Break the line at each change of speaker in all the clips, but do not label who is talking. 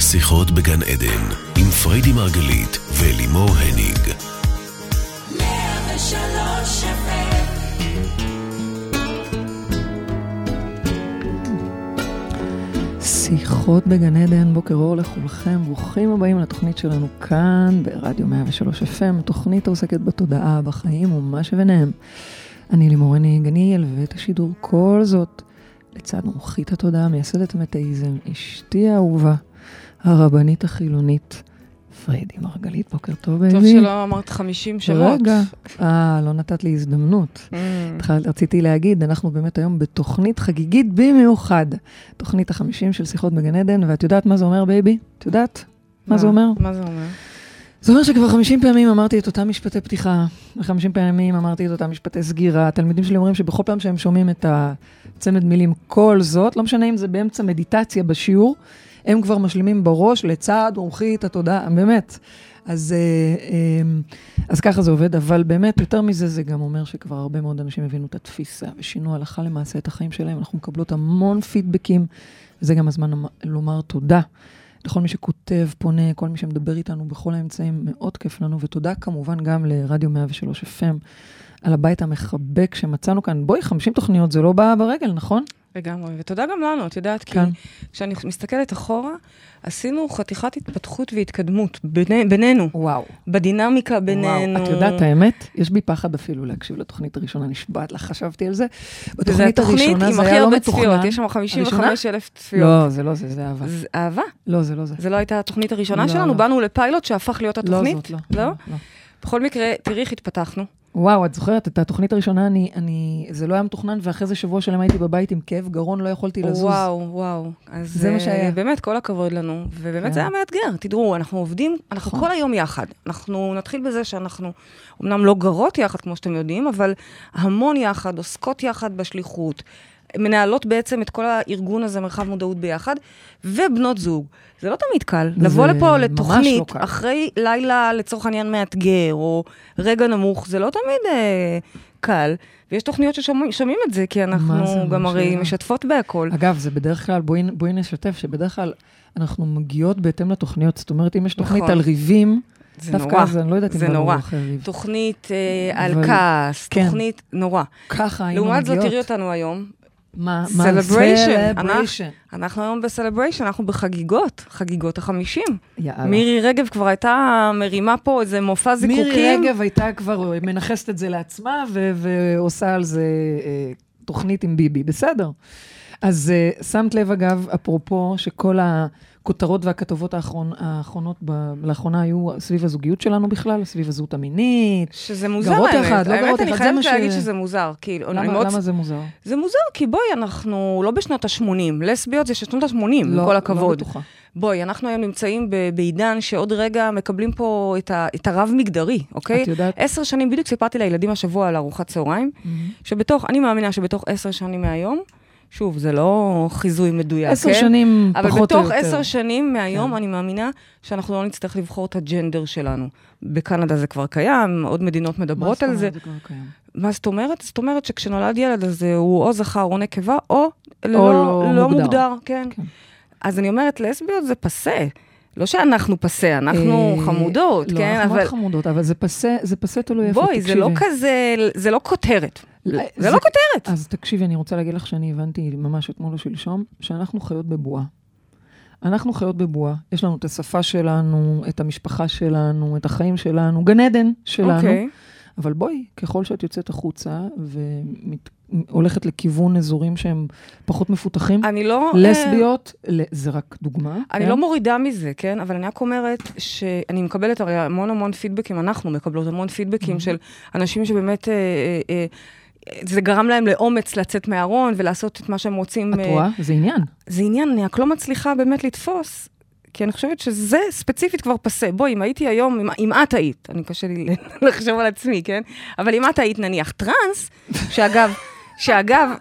שיחות בגן עדן, עם פריידי מרגלית ולימור הניג.
103
שיחות בגן עדן, בוקר אור לכולכם, ברוכים הבאים לתוכנית שלנו כאן, ברדיו 103 FM, התוכנית העוסקת בתודעה, בחיים ומה שביניהם. אני לימור הניג, אני אלווה את השידור כל זאת לצד מומחית התודעה, מייסדת מטאיזם, אשתי האהובה, הרבנית החילונית, פריידי מרגלית, בוקר טוב, בייבי.
טוב שלא אמרת 50 שמות.
רגע, אה, לא נתת לי הזדמנות.
Mm.
התחל- רציתי להגיד, אנחנו באמת היום בתוכנית חגיגית במיוחד. תוכנית החמישים של שיחות בגן עדן, ואת יודעת מה זה אומר, בייבי? את יודעת? מה זה אומר?
לא, מה זה אומר?
זה אומר שכבר 50 פעמים אמרתי את אותם משפטי פתיחה, ו-50 פעמים אמרתי את אותם משפטי סגירה. התלמידים שלי אומרים שבכל פעם שהם שומעים את הצמד מילים כל זאת, לא משנה אם זה באמצע מדיטציה בשיעור, הם כבר משלימים בראש לצד מומחית התודעה, באמת. אז, אה, אה, אז ככה זה עובד, אבל באמת, יותר מזה, זה גם אומר שכבר הרבה מאוד אנשים הבינו את התפיסה ושינו הלכה למעשה את החיים שלהם. אנחנו מקבלות המון פידבקים, וזה גם הזמן לומר- לומר תודה. לכל מי שכותב, פונה, כל מי שמדבר איתנו בכל האמצעים, מאוד כיף לנו. ותודה כמובן גם לרדיו 103 FM על הבית המחבק שמצאנו כאן. בואי, 50 תוכניות, זה לא בא ברגל, נכון?
לגמרי. ותודה גם לנו, את יודעת, כי
כן.
כשאני מסתכלת אחורה, עשינו חתיכת התפתחות והתקדמות ביני- בינינו,
וואו.
בדינמיקה בינינו.
וואו, את יודעת, האמת, יש בי פחד אפילו להקשיב לתוכנית הראשונה, נשבעת לך, חשבתי על זה.
וזו
בתוכנית
התוכנית
הראשונה
עם
זה
הכי
היה לא
הרבה
מתוכנן.
צפיות, יש שם 55 אלף צפיות.
לא, זה לא זה, זה אהבה.
זה אהבה.
לא, זה לא זה.
זה לא הייתה התוכנית הראשונה
לא,
שלנו,
לא.
באנו לפיילוט שהפך להיות התוכנית.
לא זאת, לא.
לא?
לא.
בכל מקרה, תראי איך התפתחנו.
וואו, את זוכרת, את התוכנית הראשונה, אני, אני, זה לא היה מתוכנן, ואחרי זה שבוע שלם הייתי בבית עם כאב גרון, לא יכולתי לזוז.
וואו, וואו. אז
זה מה
אה,
שהיה.
באמת, כל הכבוד לנו. ובאמת
כן.
זה היה מאתגר. תדעו, אנחנו עובדים, אנחנו
נכון.
כל היום יחד. אנחנו נתחיל בזה שאנחנו אמנם לא גרות יחד, כמו שאתם יודעים, אבל המון יחד, עוסקות יחד בשליחות. מנהלות בעצם את כל הארגון הזה, מרחב מודעות ביחד, ובנות זוג. זה לא תמיד קל.
זה
לבוא לפה
ממש
לתוכנית,
לא קל.
אחרי לילה, לצורך העניין, מאתגר, או רגע נמוך, זה לא תמיד אה, קל. ויש תוכניות ששומעים את זה, כי
זה, לא
אנחנו
מה
גם הרי
השאלה?
משתפות בהכל.
אגב, זה בדרך כלל, בואי, בואי נשתף, שבדרך כלל אנחנו מגיעות בהתאם לתוכניות, זאת אומרת, אם יש תוכנית
נכון.
על ריבים,
זה
דווקא
נורא.
אז אני לא יודעת אם
זה
בנו
נורא.
אחרי ריב.
תוכנית אה, על
אבל-
כעס,
כן.
תוכנית נורא.
ככה היינו מגיעות.
לעומת זאת, תראי אותנו היום.
מה, מה?
Celebration.
celebration.
אנחנו היום בסלבריישן, אנחנו בחגיגות, חגיגות החמישים.
יאללה.
מירי רגב כבר הייתה מרימה פה איזה מופע זיקוקים.
מירי רגב הייתה כבר אה, מנכסת את זה לעצמה ו- ועושה על זה אה, תוכנית עם ביבי, בסדר. אז אה, שמת לב, אגב, אפרופו, שכל הכותרות והכתבות האחרון, האחרונות ב- לאחרונה היו סביב הזוגיות שלנו בכלל, סביב הזהות המינית.
שזה מוזר
גרות
האמת.
יחד, לא גרות
האמת, אני
יחד, זה מה
חייבת
ש-
להגיד שזה מוזר. כאילו, אני
למה,
מאוד-
למה זה מוזר?
זה מוזר, כי בואי, אנחנו לא בשנות ה-80. לסביות זה של שנות ה-80, עם כל
לא
הכבוד.
בטוחה.
בואי, אנחנו היום נמצאים ב- בעידן שעוד רגע מקבלים פה את, ה- את הרב-מגדרי, אוקיי?
את יודעת- Mm-hmm.
עשר שנים, בדיוק סיפרתי לילדים השבוע על ארוחת צהריים, שבתוך, אני מאמינה שבתוך עשר שנים מהיום, שוב, זה לא חיזוי מדויק,
עשר
כן?
שנים
אבל
פחות או
בתוך
יותר. כן.
עשר שנים מהיום, אני מאמינה שאנחנו לא נצטרך לבחור את הג'נדר שלנו. בקנדה זה כבר קיים, עוד מדינות
מה
מדברות
זאת
על
אומרת?
זה.
זה כבר קיים.
מה זאת אומרת? זאת אומרת שכשנולד ילד, אז אה, הוא או זכר או נקבה, או לא,
לא
לא,
מוגדר.
מוגדר. כן.
כן.
כן. אז אני אומרת, לסביות זה פסה. לא שאנחנו פסה, אנחנו
אה,
חמודות,
לא,
כן?
אנחנו
אבל
מאוד חמודות, אבל זה פסה, זה פסה תלוי איפה,
בואי, זה לא
תקשיבי.
כזה, זה לא כותרת.
לא,
זה לא כותרת.
אז תקשיבי, אני רוצה להגיד לך שאני הבנתי ממש אתמול או שלשום, שאנחנו חיות בבועה. אנחנו חיות בבועה, יש לנו את השפה שלנו, את המשפחה שלנו, את החיים שלנו, גן עדן שלנו.
אוקיי.
אבל בואי, ככל שאת יוצאת החוצה והולכת לכיוון אזורים שהם פחות מפותחים,
אני לא... אה,
לסביות, ל- זה רק דוגמה.
אני
כן?
לא מורידה מזה, כן? אבל אני רק אומרת שאני מקבלת הרי המון המון פידבקים, אנחנו מקבלות המון
Mm-hmm.
פידבקים של אנשים שבאמת... אה, אה, אה, זה גרם להם לאומץ לצאת מהארון ולעשות את מה שהם רוצים.
את
אה,
רואה? זה עניין.
זה עניין, אני רק לא מצליחה באמת לתפוס, כי אני חושבת שזה ספציפית כבר פסה. בואי, אם הייתי היום, אם, אם את היית, אני קשה לי לחשוב על עצמי, כן? אבל אם את היית נניח טראנס, שאגב, שאגב,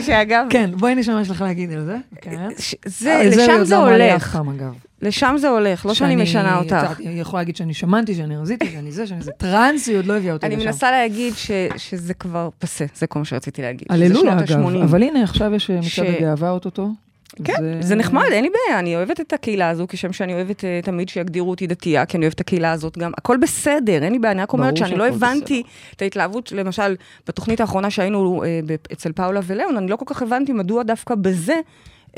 שאגב,
כן, בואי נשמע מה יש לך להגיד על זה. כן.
ש- זה,
אה,
לשם
לא
זה
אמר לי
הולך,
אף פעם, אגב.
לשם זה הולך, לא שאני משנה אותך.
אני יכולה להגיד שאני שמנתי, שאני רזיתי, שאני זה, שאני זה. טראנס, היא עוד לא הביאה אותי
אני
לשם.
מנסה להגיד ש, שזה כבר פסה, זה כל מה שרציתי להגיד. שזה
הללויה,
שנות
אגב.
ה-שמונים.
אבל הנה, עכשיו יש אה, מצעד
ש-
הגאווה אוטוטו.
כן, זה... זה נחמד, אין לי בעיה, אני אוהבת את הקהילה הזו, כשם שאני אוהבת אה, תמיד שיגדירו אותי דתייה, כי אני אוהבת את הקהילה הזאת גם. הכל בסדר, אין לי בעיה, אני רק אומרת
ברור
שאני לא
שהכל
הבנתי את ההתלהבות, למשל, בתוכנית האחרונה שהיינו אה, ב- אצל פאולה ולאון, אני לא כל כך הבנתי מדוע דווקא בזה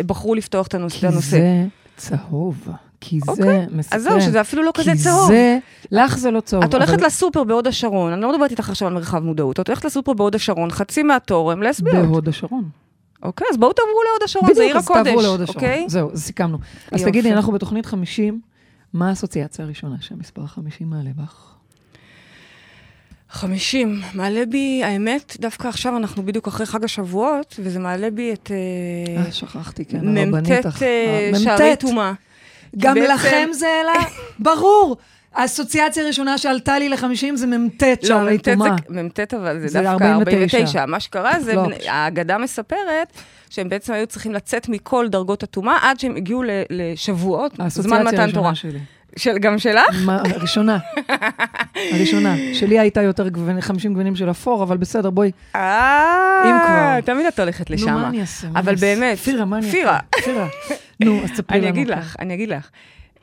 אה, בחרו לפתוח את הנושא.
כי
הנושא.
זה צהוב, כי זה
אוקיי,
מסכן.
אז זהו, שזה אפילו לא כזה צהוב.
כי זה, לך זה לא צהוב.
את הולכת
אבל
לסופר בהוד השרון, אני לא מדברת איתך עכשיו על מרחב מודעות, את הולכת לסופר בהוד השרון, חצי מהתור הם לסביות.
בהוד השרון.
אוקיי, אז בואו תעברו להוד השרון, זה עיר
אז תעברו להוד
הקודש,
השרון.
אוקיי?
זהו, אז סיכמנו. אז
יופי.
תגידי, אנחנו בתוכנית 50, מה האסוציאציה הראשונה שהמספר 50 מעלה בך?
50, מעלה בי, האמת, דווקא עכשיו אנחנו בדיוק אחרי חג השבועות, וזה מעלה בי את אה,
אה, שכחתי, כן,
מ"ט
הרבנית. הח-
אה,
המ"ט.
שערי טומאה.
גם
בעצם-
לכם זה העלה? ברור. האסוציאציה הראשונה שעלתה לי ל-50 זה מ"ט
לא,
שערי
מ"ט זה-
טומאה.
מ"ט אבל
זה
זה דווקא
49.
49. מה שקרה זה,
לא,
בנ-
פשוט.
האגדה מספרת שהם בעצם היו צריכים לצאת מכל דרגות הטומאה עד שהם הגיעו ל- לשבועות, זמן
האסוציאציה
מתן תורה.
הראשונה שלי.
של- גם שלך?
מה- הראשונה. הראשונה. שלי הייתה יותר גוון- 50 גוונים של אפור, אבל בסדר, בואי. אם
אה,
כבר.
תמיד את הולכת לשם.
נו, מה אני אעשה? מה
אבל
אני אעשה?
באמת,
פירה, מה אני אעשה?
פירה.
פירה. נו, אז תספרי לנו.
אני אגיד
כן.
לך, אני אגיד לך.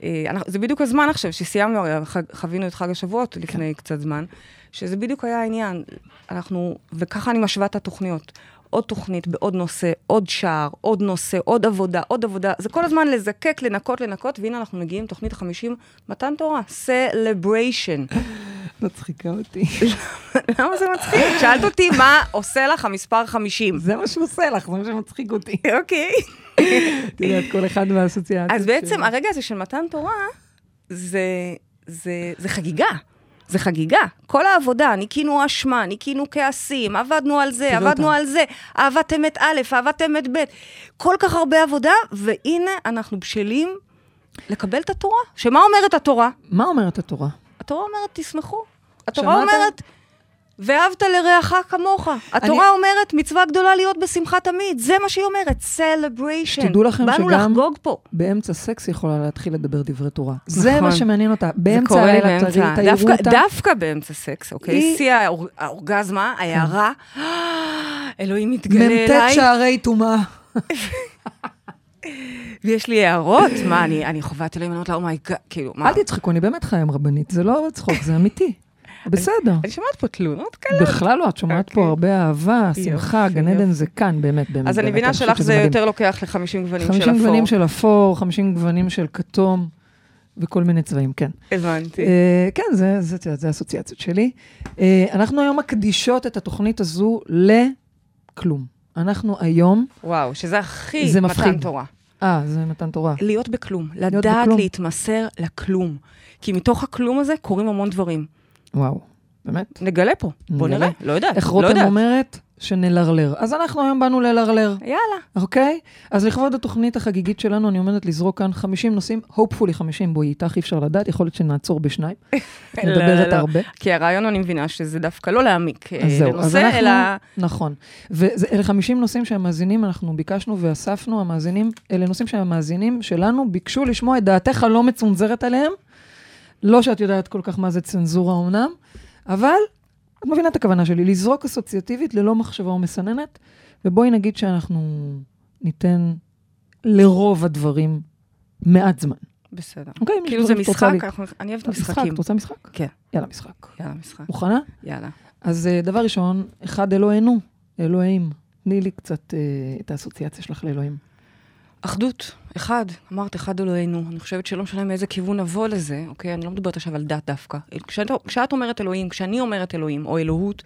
אה, אנחנו- זה בדיוק הזמן עכשיו, שסיימנו, הרי החג- חווינו את חג
כן.
השבועות לפני קצת זמן, שזה בדיוק היה העניין. אנחנו, וככה אני משווה את התוכניות. עוד תוכנית בעוד נושא, עוד שער, עוד נושא, עוד עבודה, עוד עבודה. זה כל הזמן לזקק, לנקות, לנקות, והנה אנחנו מגיעים, תוכנית החמישים, מתן תורה, סלבריישן.
מצחיקה אותי.
למה זה מצחיק? שאלת אותי מה עושה לך המספר חמישים.
זה מה שהוא עושה לך, זה מה שמצחיק אותי.
אוקיי.
את יודעת, כל אחד מהאסוציאציות.
אז בעצם
שלו.
הרגע הזה של מתן תורה, זה, זה, זה חגיגה. זה חגיגה. כל העבודה, ניקינו אשמה, ניקינו כעסים, עבדנו על זה,
תראו
עבדנו
אותם.
על זה, אהבת אמת א', אהבת אמת ב', כל כך הרבה עבודה, והנה אנחנו בשלים לקבל את התורה. שמה אומרת התורה?
מה אומרת התורה?
התורה אומרת, תשמחו. התורה
שמעת?
אומרת, ואהבת לרעך כמוך. התורה אומרת, מצווה גדולה להיות בשמחה תמיד. זה מה שהיא אומרת, celebration.
שתדעו לכם שגם-
באנו לחגוג פה.
באמצע סקס יכולה להתחיל לדבר דברי תורה. זה
נכון.
מה שמעניין אותה. באמצע
קורה לי
הלילה תראי- תעירו
דווקא-
אותה.
דווקא באמצע סקס, אוקיי?
היא-
שיא האור- האורגזמה, ההערה, אלוהים מתגלה
מ"ט
אליי,
שערי טומאה.
ויש לי הערות, מה, אני אני חווה את אלוהים, אני אומרת לה, אומייגאד, כאילו, מה?
אל תצחקו, אני באמת חיה עם רבנית. זה לא צחוק, זה אמיתי. בסדר.
אני שומעת פה תלונות כאלה.
בכלל לא, את שומעת פה
אוקיי.
הרבה אהבה, שמחה,
יופי,
גן
יופי.
עדן זה כאן, באמת, באמת.
אז אני
באמת,
מבינה
חושבת
שלך
שזה
זה
מדהים.
יותר לוקח ל-50 גוונים של
50
אפור.
גוונים של אפור, 50 גוונים של כתום, וכל מיני צבעים, כן.
הבנתי.
אה, כן, זה, זה, זה, זה האסוציאציות שלי. אה, אנחנו היום מקדישות את התוכנית הזו לכלום. אנחנו היום,
וואו, שזה הכי
זה
מתן
מפחיד.
תורה.
אה, זה מתן תורה.
להיות בכלום,
להיות
לדעת
בכלום.
להתמסר לכלום. כי מתוך הכלום הזה קורים המון דברים.
וואו, באמת.
נגלה פה, בוא
נגלה.
נראה, לא יודעת,
איך
לא
רותם
יודעת.
אומרת? שנלרלר. אז אנחנו היום באנו ללרלר,
יאללה.
אוקיי? אז לכבוד התוכנית החגיגית שלנו, אני עומדת לזרוק כאן 50 נושאים, hopefully 50, בואי איתך, אי אפשר לדעת, יכול להיות שנעצור בשניים.
לא, לא,
מדברת
לא.
הרבה.
כי הרעיון, אני מבינה, שזה דווקא לא להעמיק אה,
אז זהו, אז
לנושא,
אנחנו...
אלא...
נכון. ואלה 50 נושאים שהמאזינים, אנחנו ביקשנו ואספנו, המאזינים, אלה נושאים שהמאזינים שלנו ביקשו לשמוע את דעתך הלא מצונזרת עליהם. לא שאת יודעת כל כך מה זה צנזורה אמנם, אבל את מבינה את הכוונה שלי, לזרוק אסוציאטיבית ללא מחשבה או מסננת, ובואי נגיד שאנחנו ניתן לרוב הדברים מעט זמן.
בסדר.
אוקיי? אם יש
כאילו זה
דברים שאת רוצה
משחק,
לי-
אנחנו- אני אוהבת
משחק,
משחקים.
את רוצה משחק?
כן.
יאללה, משחק.
יאללה, משחק.
מוכנה?
יאללה.
אז אה, דבר ראשון, אחד אלוהינו, אלוהים. תני לי קצת אה, את האסוציאציה שלך לאלוהים.
אחדות, אחד, אמרת אחד אלוהינו. אני חושבת שלא משנה מאיזה כיוון נבוא לזה, אוקיי? אני לא מדברת עכשיו על דת דווקא. כשאת, כשאת אומרת אלוהים, כשאני אומרת אלוהים או אלוהות,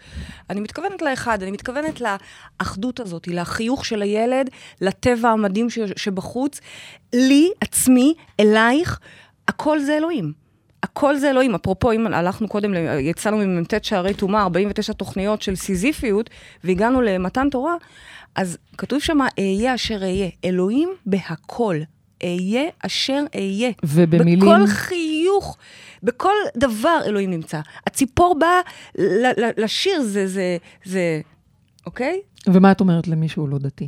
אני מתכוונת לאחד, אני מתכוונת לאחדות הזאת, לחיוך של הילד, לטבע המדהים ש, שבחוץ. לי, עצמי, אלייך, הכל זה אלוהים. הכל זה אלוהים. אפרופו, אם הלכנו קודם, ל- יצאנו ממ"ט שערי טומאה, 49 תוכניות של סיזיפיות, והגענו למתן תורה, אז כתוב שם, אהיה אשר אהיה. אלוהים בהכל. אהיה אשר אהיה.
ובמילים?
בכל חיוך, בכל דבר אלוהים נמצא. הציפור באה ל- ל- לשיר, זה, זה, זה, אוקיי?
ומה את אומרת למי שהוא לא דתי?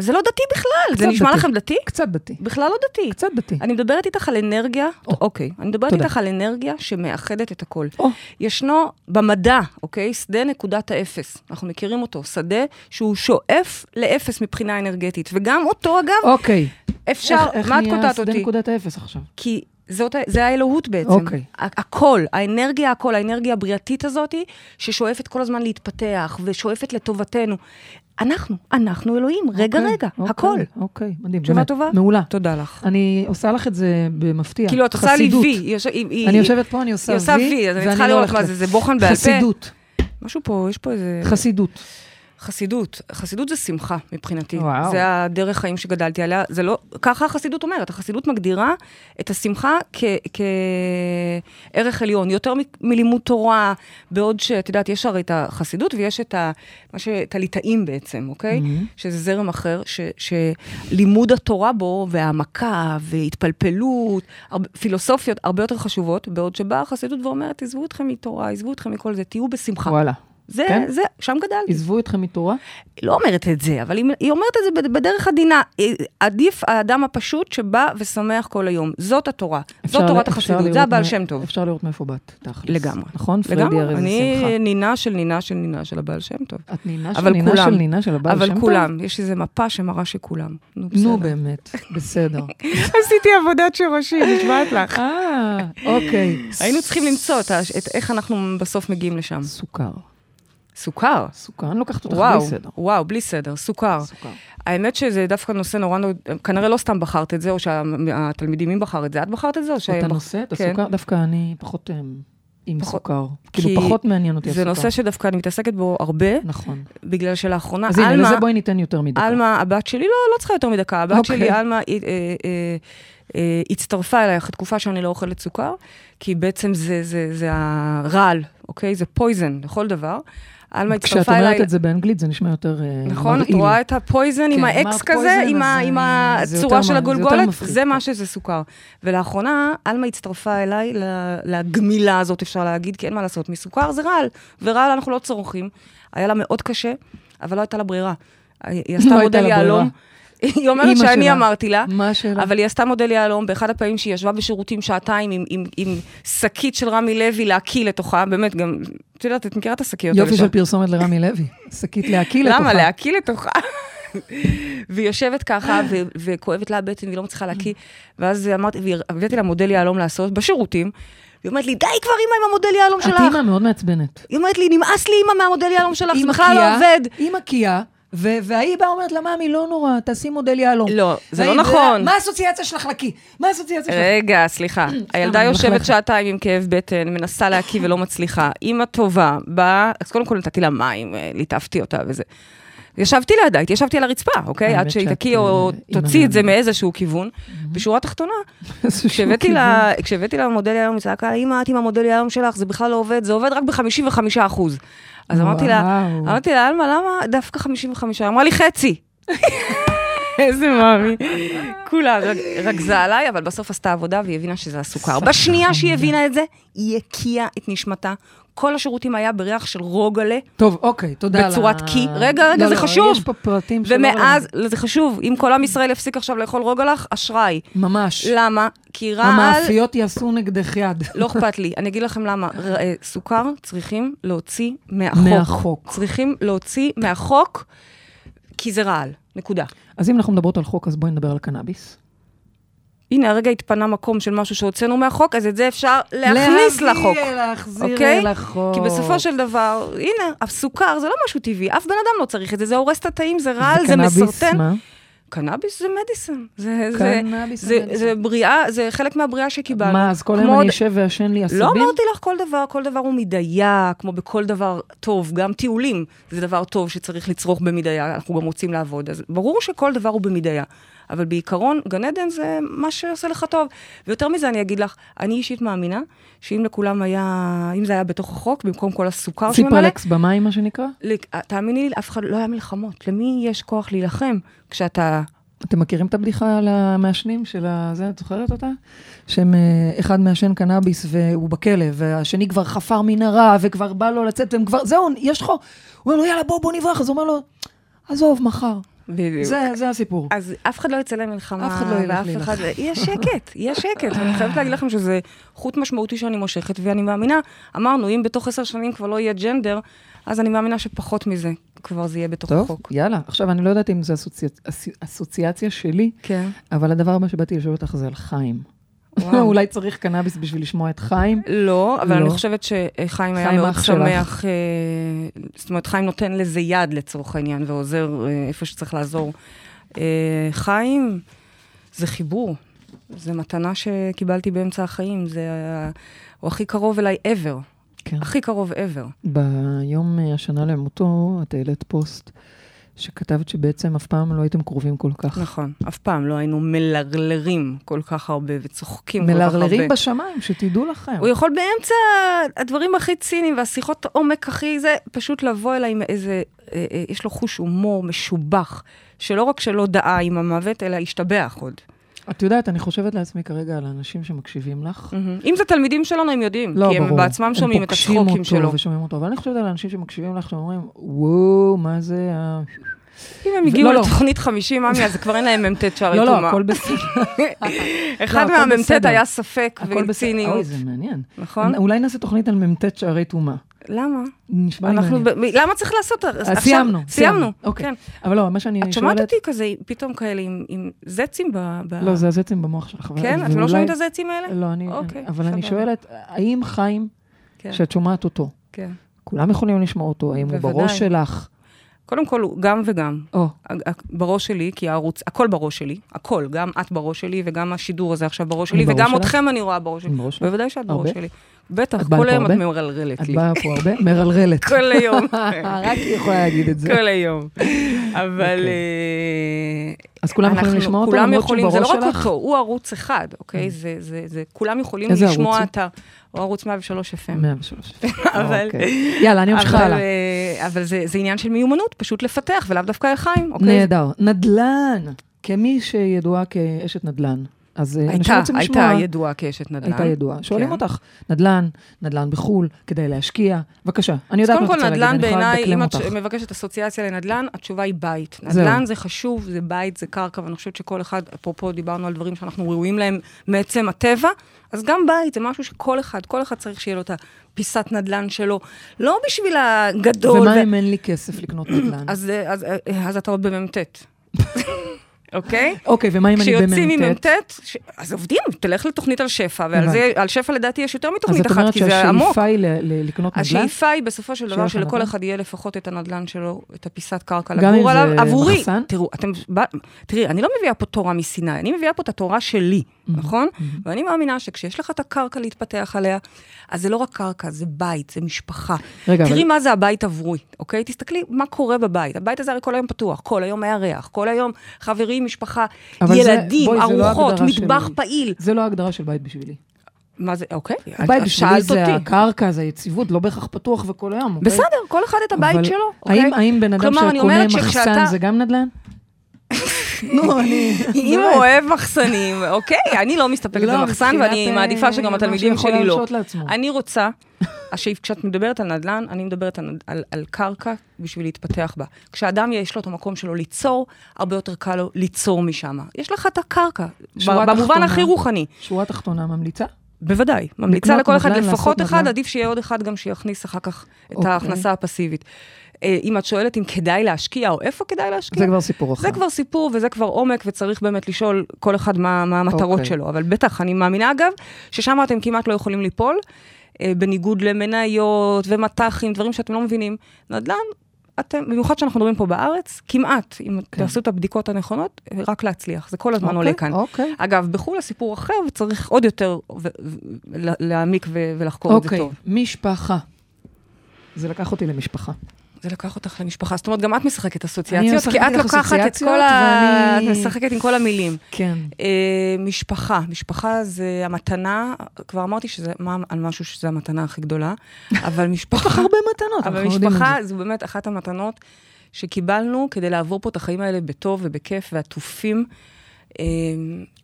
זה לא דתי בכלל, זה
קצת
נשמע
דתי.
לכם דתי?
קצת דתי.
בכלל לא דתי.
קצת דתי.
אני מדברת איתך על אנרגיה,
או,
אוקיי, אני מדברת
תודה.
איתך על אנרגיה שמאחדת את הכל.
או.
ישנו במדע, אוקיי, שדה נקודת האפס. אנחנו מכירים אותו, שדה שהוא שואף לאפס מבחינה אנרגטית. וגם אותו, אגב,
אוקיי.
אפשר,
איך-
מה את
איך נהיה
קוטעת
שדה
אותי?
נקודת האפס עכשיו?
כי זאת, ה- זה האלוהות בעצם.
אוקיי.
ה- הכל, האנרגיה, הכל, האנרגיה הבריאתית הזאת, ששואפת כל הזמן להתפתח ושואפת לטובתנו. אנחנו, אנחנו אלוהים, רגע,
אוקיי,
רגע,
אוקיי,
הכל.
אוקיי, מדהים.
תשובה
באמת,
טובה?
מעולה.
תודה לך.
אני עושה לך את זה במפתיע.
כאילו, את עושה לי
כן, חסידות.
וי. היא יושב- היא- היא-
אני יושבת פה, אני עושה וי,
היא עושה וי, אז אני
ואני
צריכה
לא
לראות
הולכת
מה
לה.
זה, זה בוחן בעל פה. אה.
חסידות.
משהו פה, יש פה איזה...
חסידות.
חסידות. חסידות זה שמחה מבחינתי.
וואו.
זה הדרך חיים שגדלתי עליה. זה לא... ככה החסידות אומרת. החסידות מגדירה את השמחה כ... כערך עליון. יותר מ... מלימוד תורה, בעוד שאת יודעת, יש הרי את החסידות ויש את, ה... מה ש... את הליטאים בעצם, אוקיי?
Mhm.
שזה זרם אחר, ש... שלימוד התורה בו, והעמקה, והתפלפלות, הרבה... פילוסופיות הרבה יותר חשובות, בעוד שבאה החסידות ואומרת, עזבו אתכם מתורה, עזבו אתכם מכל זה, תהיו בשמחה.
וואלה.
זה,
כן?
זה, שם גדלתי.
עזבו אתכם מתורה?
היא לא אומרת את זה, אבל היא, היא אומרת את זה בד- בדרך עדינה. היא- עדיף האדם הפשוט שבא ושמח כל היום. זאת התורה.
אפשר
זאת
ל-
תורת
אפשר
החסידות,
לראות
זה הבעל
מה-
שם טוב.
אפשר לראות מאיפה באת, תכלס.
לגמרי.
נכון? פריידי
לגמרי.
הרי זה
אני
שמחה.
נינה של נינה של נינה של הבעל שם טוב.
את נינה של
אבל
נינה
כולם.
של נינה של הבעל שם
אבל
טוב?
כולם, יש איזו מפה שמראה שכולם. נו, בסדר.
נו באמת, בסדר.
עשיתי עבודת שורשים, נשבעת לך.
אה, אוקיי.
היינו צריכים למצוא את, ה- את איך אנחנו בסוף מגיעים לשם.
סוכר.
סוכר.
סוכר, אני לוקחת אותך
וואו,
בלי סדר.
וואו, בלי סדר, סוכר.
סוכר.
האמת שזה דווקא נושא נורא נורא, כנראה לא סתם בחרת את זה, או שהתלמידים, מי בחר את זה? את בחרת את זה? או
את
שבח-
הנושא, את
כן.
הסוכר, דווקא אני פחות אה, עם
פחות-
סוכר. כאילו,
כי
פחות מעניין אותי
זה
הסוכר.
נושא שדווקא אני מתעסקת בו הרבה,
נכון.
בגלל שלאחרונה,
אז הנה,
עלמה-
לזה בואי ניתן יותר מדקה.
עלמה, הבת שלי, לא, לא צריכה יותר מדקה, הבת
אוקיי.
שלי, עלמה, היא, אה, אה, אה, הצטרפה אליי אחרי תקופה שאני לא אוכלת סוכר, כי בעצם זה- זה זה הרעל, אוקיי? זה פויזן לכל דבר. עלמה
כשאת
הצטרפה אליי...
אומרת את זה באנגלית, זה נשמע יותר אה, מרעיל.
נכון, את רואה את הפויזן עם
כן,
האקס
אמרת
כזה,
פויזן,
עם ה-
אז
עם
אני- זה
הצורה
יותר
של
מ- זה יותר
הגולגולת,
מפחיד,
זה
כן.
מה שזה סוכר. ולאחרונה, עלמה הצטרפה אליי ל- לגמילה הזאת, אפשר להגיד, כי אין מה לעשות, מסוכר זה רעל, ורעל אנחנו לא צורכים. היה לה מאוד קשה, אבל לא הייתה לה ברירה. היא עשתה
לא הייתה
מודל
לה ברירה.
יהלום. היא אומרת
אימא
שאני
שלה.
אמרתי לה,
מה השאלה?
אבל היא עשתה מודל יהלום, באחד הפעמים שהיא ישבה בשירותים שעתיים עם- עם- עם שקית של רמי לוי להקיא לתוכה, באמת גם, את יודעת, את מכירה את השקיות האלה
יופי
שם.
של פרסומת לרמי לוי. שקית להקיא לתוכה.
למה? להקיא לתוכה. והיא יושבת ככה, ו- וכואבת לה הבטן, והיא לא מצליחה להקיא. ואז אמרתי, והבאתי לה מודל יהלום לעשות בשירותים. היא אומרת לי, די כבר, אימא, עם המודל יהלום
את
שלך.
אימא מאוד מעצבנת.
היא אומרת לי, נמאס לי, אימא, מהמודל יהלום שלך, זה
היא
בכלל לא
מקיאה-
עובד.
היא מקיאה, ו- והיא באה אומרת לה, מאמי, לא נורא, תעשי מודל יהלום.
לא, זה לא
והיא-
נכון. אה,
מה האסוציאציה שלך לקיא? מה האסוציאציה שלך?
רגע, סליחה. הילדה
אני
יושבת
מלכלכת.
שעתיים עם כאב בטן, מנסה להקיא ולא מצליחה. אימא טובה, באה, אז קודם כל נתתי לה מים, אה, ליטפתי אותה וזה. ישבתי לידה, התיישבתי על הרצפה, אוקיי?
האמת
עד שהיא
שאת,
תקיא
אה,
או
אימא
תוציא את זה
מהממת.
מאיזשהו כיוון. בשורה התחתונה,
איזשהו
כשהבאתי
כיוון.
לה, כשהבאתי לה מודל יהלום, היא צעקה, אמא, את עם המודל יהלום שלך, זה בכלל לא עובד, זה עובד רק ב-55 אחוז. אז אמרתי לה,
וואו.
אמרתי לה, עלמה, למה דווקא 55? אמרה לי, חצי. איזה מאמי. כולה רג- רגזה עליי, אבל בסוף עשתה עבודה והיא הבינה שזה הסוכר. בשנייה שהיא הבינה את זה, היא הקיאה את נשמתה. כל השירותים היה בריח של רוגלה.
טוב, אוקיי, תודה. על
בצורת
ה-
קי. רגע, רגע,
לא,
זה
לא,
חשוב.
יש פה פרטים שלא...
ומאז, לא, זה חשוב, אם כל עם ישראל יפסיק עכשיו לאכול רוגלח, אשראי.
ממש.
למה? כי רעל
המאפיות יעשו נגדך יד.
לא אכפת לי. אני אגיד לכם למה. ר- אה, סוכר צריכים להוציא מהחוק.
מהחוק.
צריכים להוציא מהחוק, כי זה רעל. נקודה.
אז אם אנחנו מדברות על חוק, אז בואי נדבר על קנאביס.
הנה, הרגע התפנה מקום של משהו שהוצאנו מהחוק, אז את זה אפשר להכניס לחוק.
להחזיר
אוקיי?
לחוק.
כי בסופו של דבר, הנה, הסוכר זה לא משהו טבעי, אף בן אדם לא צריך את זה, זה הורס את התאים, זה רעל, זה
וקנאביס,
מסרטן.
מה?
קנאביס זה מדיסון. זה, זה,
קנאביס
זה,
זה
זה בריאה, זה חלק מהבריאה שקיבלנו.
מה, אז כל
כמו
היום
עוד-
אני אשב ואעשן לי עשבים?
לא אמרתי לך כל דבר, כל דבר הוא מדיה, כמו בכל דבר טוב, גם טיולים זה דבר טוב שצריך לצרוך במדיה, אנחנו גם רוצים לעבוד, אז ברור שכל דבר הוא במדיה. אבל בעיקרון, גן עדן זה מה שעושה לך טוב. ויותר מזה אני אגיד לך, אני אישית מאמינה שאם לכולם היה, אם זה היה בתוך החוק, במקום כל הסוכר שממלא,
ציפרלקס במים, מה שנקרא?
לק- תאמיני לי, אף אחד לא היה מלחמות. למי יש כוח להילחם כשאתה
אתם מכירים את הבדיחה על המעשנים של ה... זה, את זוכרת אותה? שהם, אה, אחד מעשן קנאביס והוא בכלא, והשני כבר חפר מנהרה, וכבר בא לו לצאת, והם כבר, זהו, יש חו... הוא אומר לו, יאללה, בוא, בוא נברח. אז הוא אומר לו, עזוב, מחר.
בדיוק.
זה, זה הסיפור.
אז אף אחד לא יצא למלחמה,
אף אחד לא ילך
ואף
להילחם.
אחד... יהיה שקט, יהיה שקט. אני חייבת להגיד לכם שזה חוט משמעותי שאני מושכת, ואני מאמינה, אמרנו, אם בתוך עשר שנים כבר לא יהיה ג'נדר, אז אני מאמינה שפחות מזה כבר זה יהיה בתוך
טוב,
החוק.
יאללה. עכשיו, אני לא יודעת אם זו אסוציאצ... אס- אסוציאציה שלי,
כן.
אבל הדבר הבא שבאתי לשאול אותך זה על חיים.
וואו.
אולי צריך קנאביס בשביל לשמוע את חיים?
לא, אבל
לא.
אני חושבת שחיים היה
חיים
מאוד
אח שלך.
שמח, אה, זאת אומרת, חיים נותן לזה יד לצורך העניין, ועוזר אה, איפה שצריך לעזור. אה, חיים זה חיבור, זה מתנה שקיבלתי באמצע החיים, זה ה- הוא הכי קרוב אליי ever,
כן.
הכי קרוב ever.
ביום אה, השנה למותו, את העלית פוסט שכתבת שבעצם אף פעם לא הייתם קרובים כל כך.
נכון, אף פעם לא היינו מלרלרים כל כך הרבה וצוחקים כל כך הרבה.
מלרלרים בשמיים, שתדעו לכם.
הוא יכול באמצע הדברים הכי ציניים והשיחות עומק הכי זה, פשוט לבוא אליי עם איזה, אה, אה, יש לו חוש הומור משובח, שלא רק שלא דעה עם המוות, אלא השתבח עוד.
את יודעת, אני חושבת לעצמי כרגע על האנשים שמקשיבים לך.
אם זה תלמידים שלנו, הם יודעים,
לא,
כי הם
ברור.
בעצמם שומעים את
הם
הצחוקים
פוגשים
שלו.
אותו ושומעים אותו, אבל אני חושבת על האנשים שמקשיבים לך, שאומרים, וואו, מה זה ה...
אם הם הגיעו
לא, לא.
לתוכנית 50, עמי, אז כבר אין להם מ"ט שערי
לא, לא,
טומאה.
הכל בסדר.
אחד
הכל
מהמ"ט
בסדר.
היה ספק
הכל
ועם
בסדר. אוי,
ציניות,
זה מעניין.
נכון?
אולי נעשה תוכנית על מ"ט שערי טומאה.
למה?
נשמע לי
אנחנו,
מעניין.
ב- למה צריך לעשות? עכשיו-
אה, סיימנו,
סיימנו,
אוקיי.
כן.
אבל לא, מה שאני שואלת...
את שומעת אותי כזה, פתאום כאלה עם- עם זצים ב... ב-
לא, זה הזצים במוח שלך. אבל-
כן? אתם לא
ואולי-
שומעים את הזעצים האלה?
לא, אני...
אוקיי,
אבל אני
סבבה.
שואלת, האם חיים,
כן,
שאת שומעת אותו,
כן.
כולם יכולים לשמוע אותו, האם הוא
בוודאי.
בראש שלך?
קודם כל, הוא גם וגם.
או,
ה- ה- בראש שלי, כי הערוץ, הכל בראש שלי, הכל, גם את בראש שלי, וגם השידור הזה עכשיו בראש שלי,
אני בראש
וגם
שלך?
אתכם אני רואה בראש שלי.
עם בראש שלך?
בוודאי שאת
הרבה?
בראש שלי. בטח,
את באה
כל
לפה
היום את
הרבה?
ממרלרלת
את
לי.
באה פה הרבה, מרלרלת.
כל היום.
רק היא יכולה להגיד את זה.
כל היום. אבל...
אוקיי.
אה,
אז כולם יכולים
אנחנו-
לשמוע אותו,
כולם
למרות
יכולים,
שהוא
זה לא
בראש
רק
שלך?
אותו, הוא ערוץ אחד, אוקיי? זה, זה, זה, כולם יכולים
איזה
לשמוע
ערוץ
את ה... הוא ערוץ 103 FM.
103.
אבל-
אוקיי. יאללה, אני ממשיכה
אבל,
הלאה.
אה, אבל זה, זה עניין של מיומנות, פשוט לפתח, ולאו דווקא לחיים, אוקיי?
נהדר. נדל"ן, כמי שידועה כאשת נדל"ן. אז אה, אנשים
הייתה,
רוצים לשמוע...
הייתה ידועה כאשת נדל"ן.
הייתה ידועה. שואלים
כן.
אותך, נדל"ן, נדל"ן בחו"ל, כדאי להשקיע. בבקשה, אני
אז
יודעת
קודם
מה את
כל,
רוצה להגיד,
נדל"ן
אני יכולה
בעיניי,
לדקלם
אם את
אותך.
מבקשת אסוציאציה לנדל"ן, התשובה היא בית.
זהו.
נדל"ן זה חשוב, זה בית, זה קרקע, ואני חושבת שכל אחד, אפרופו דיברנו על דברים שאנחנו ראויים להם מעצם הטבע, אז גם בית זה משהו שכל אחד, כל אחד צריך שיהיה לו את הפיסת נדל"ן שלו, לא בשביל הגדול.
ומה
ו-
אם אין לי כסף לקנות נדל"ן?
אז, אה, אז, אה, אז אתה עוד במ"ט, אוקיי?
אוקיי, ומה אם אני
כשיוצאים עם
במ"ט?
מ"ט, ש- אז עובדים, תלך לתוכנית על שפע, ועל
הבנתי.
זה, על שפע לדעתי יש יותר
אז
מתוכנית
את
אחת,
אומרת
כי זה עמוק.
שהשאיפה היא ל- ל- לקנות נדל"ן?
השאיפה היא בסופו של
שיהיה
דבר
לך
שלכל
נדל"ן?
אחד יהיה לפחות את הנדלן שלו, את הפיסת קרקע
גם אם
לגור
זה
עליו, עבורי.
מחסן?
תראו, אתם, ב- תראי, אני לא מביאה פה תורה מסיני, אני מביאה פה את התורה שלי, נכון? ואני מאמינה שכשיש לך את הקרקע להתפתח עליה, אז זה לא רק קרקע, זה בית, זה משפחה.
רגע,
תראי
אבל-
מה זה הבית עבורי, אוקיי? תסתכלי מה קורה בבית. הבית הזה הרי כל היום פתוח, כל היום היה ריח, כל היום חברים, משפחה,
אבל זה-
ילדים,
בואי, זה לא
ארוחות,
ההגדרה
מטבח
שלי.
פעיל.
זה לא ההגדרה של בית בשבילי.
מה זה, אוקיי?
בית
את- את
בשבילי
שאלת
זה
אותי.
הקרקע, זה היציבות, לא בהכרח פתוח וכל היום. אוקיי?
בסדר, כל אחד את הבית
אבל
שלו, אוקיי?
האם- האם בן אדם
כלומר, אני
שקונה
אומרת שכשאתה-
מחסן זה גם נדל"ן? נו, אני...
אם
באמת.
הוא אוהב מחסנים, אוקיי, אני לא מסתפקת
לא,
במחסן,
מבחינת,
ואני
אה,
מעדיפה שגם
מה
התלמידים
שיכול
שלי לא.
להרשות לעצמו.
אני רוצה, השאיפ, כשאת מדברת על נדל"ן, אני מדברת על, על, על קרקע בשביל להתפתח בה. כשאדם יש לו את המקום שלו ליצור, הרבה יותר קל לו ליצור משם. יש לך את הקרקע,
שורה
במובן
תחתונה.
הכי רוחני.
שורה תחתונה ממליצה?
כן, בוודאי, ממליצה
לקנות
לכל אחד
נדל"ן, לעשות
לפחות אחד,
נדל"ן.
עדיף שיהיה עוד אחד גם שיכניס אחר כך את
אוקיי.
ההכנסה הפסיבית. אה, אם את שואלת אם כדאי להשקיע או איפה כדאי להשקיע,
זה כבר סיפור אחר.
זה כבר סיפור וזה כבר עומק, וצריך באמת לשאול כל אחד מה, מה המטרות
אוקיי.
okay. שלו. אבל בטח, אני מאמינה אגב, ששם אתם כמעט לא יכולים ליפול, אה, בניגוד למניות ומט"חים, דברים שאתם לא מבינים. נדל"ן, אתם, במיוחד שאנחנו מדברים פה בארץ, כמעט, אם okay. תעשו את הבדיקות הנכונות, אה, רק להצליח. זה כל הזמן okay.
כן. אוקיי,
עולה כאן.
אוקיי.
אגב, בחו"ל הסיפור אחר, וצריך עוד יותר ו- ו- לה- להעמיק ו- ולחקור את זה
אוקיי,
טוב.
משפחה. זה לקח אותי למשפחה.
זה לקח אותך למשפחה. זאת אומרת, גם את משחקת
אני לא
אסוציאציות,
משחקת
כי את
איתך
לוקחת את
אסוציאציות,
כל ה...
ואני-
את משחקת עם כל המילים.
כן.
אה, משפחה, משפחה זה המתנה, כבר אמרתי שזה, מה, על משהו שזה המתנה הכי גדולה, אבל משפחה,
הרבה מתנות,
אבל
אנחנו יודעים את
משפחה
זה.
זו באמת אחת המתנות שקיבלנו כדי לעבור פה את החיים האלה בטוב ובכיף ועטופים. אה,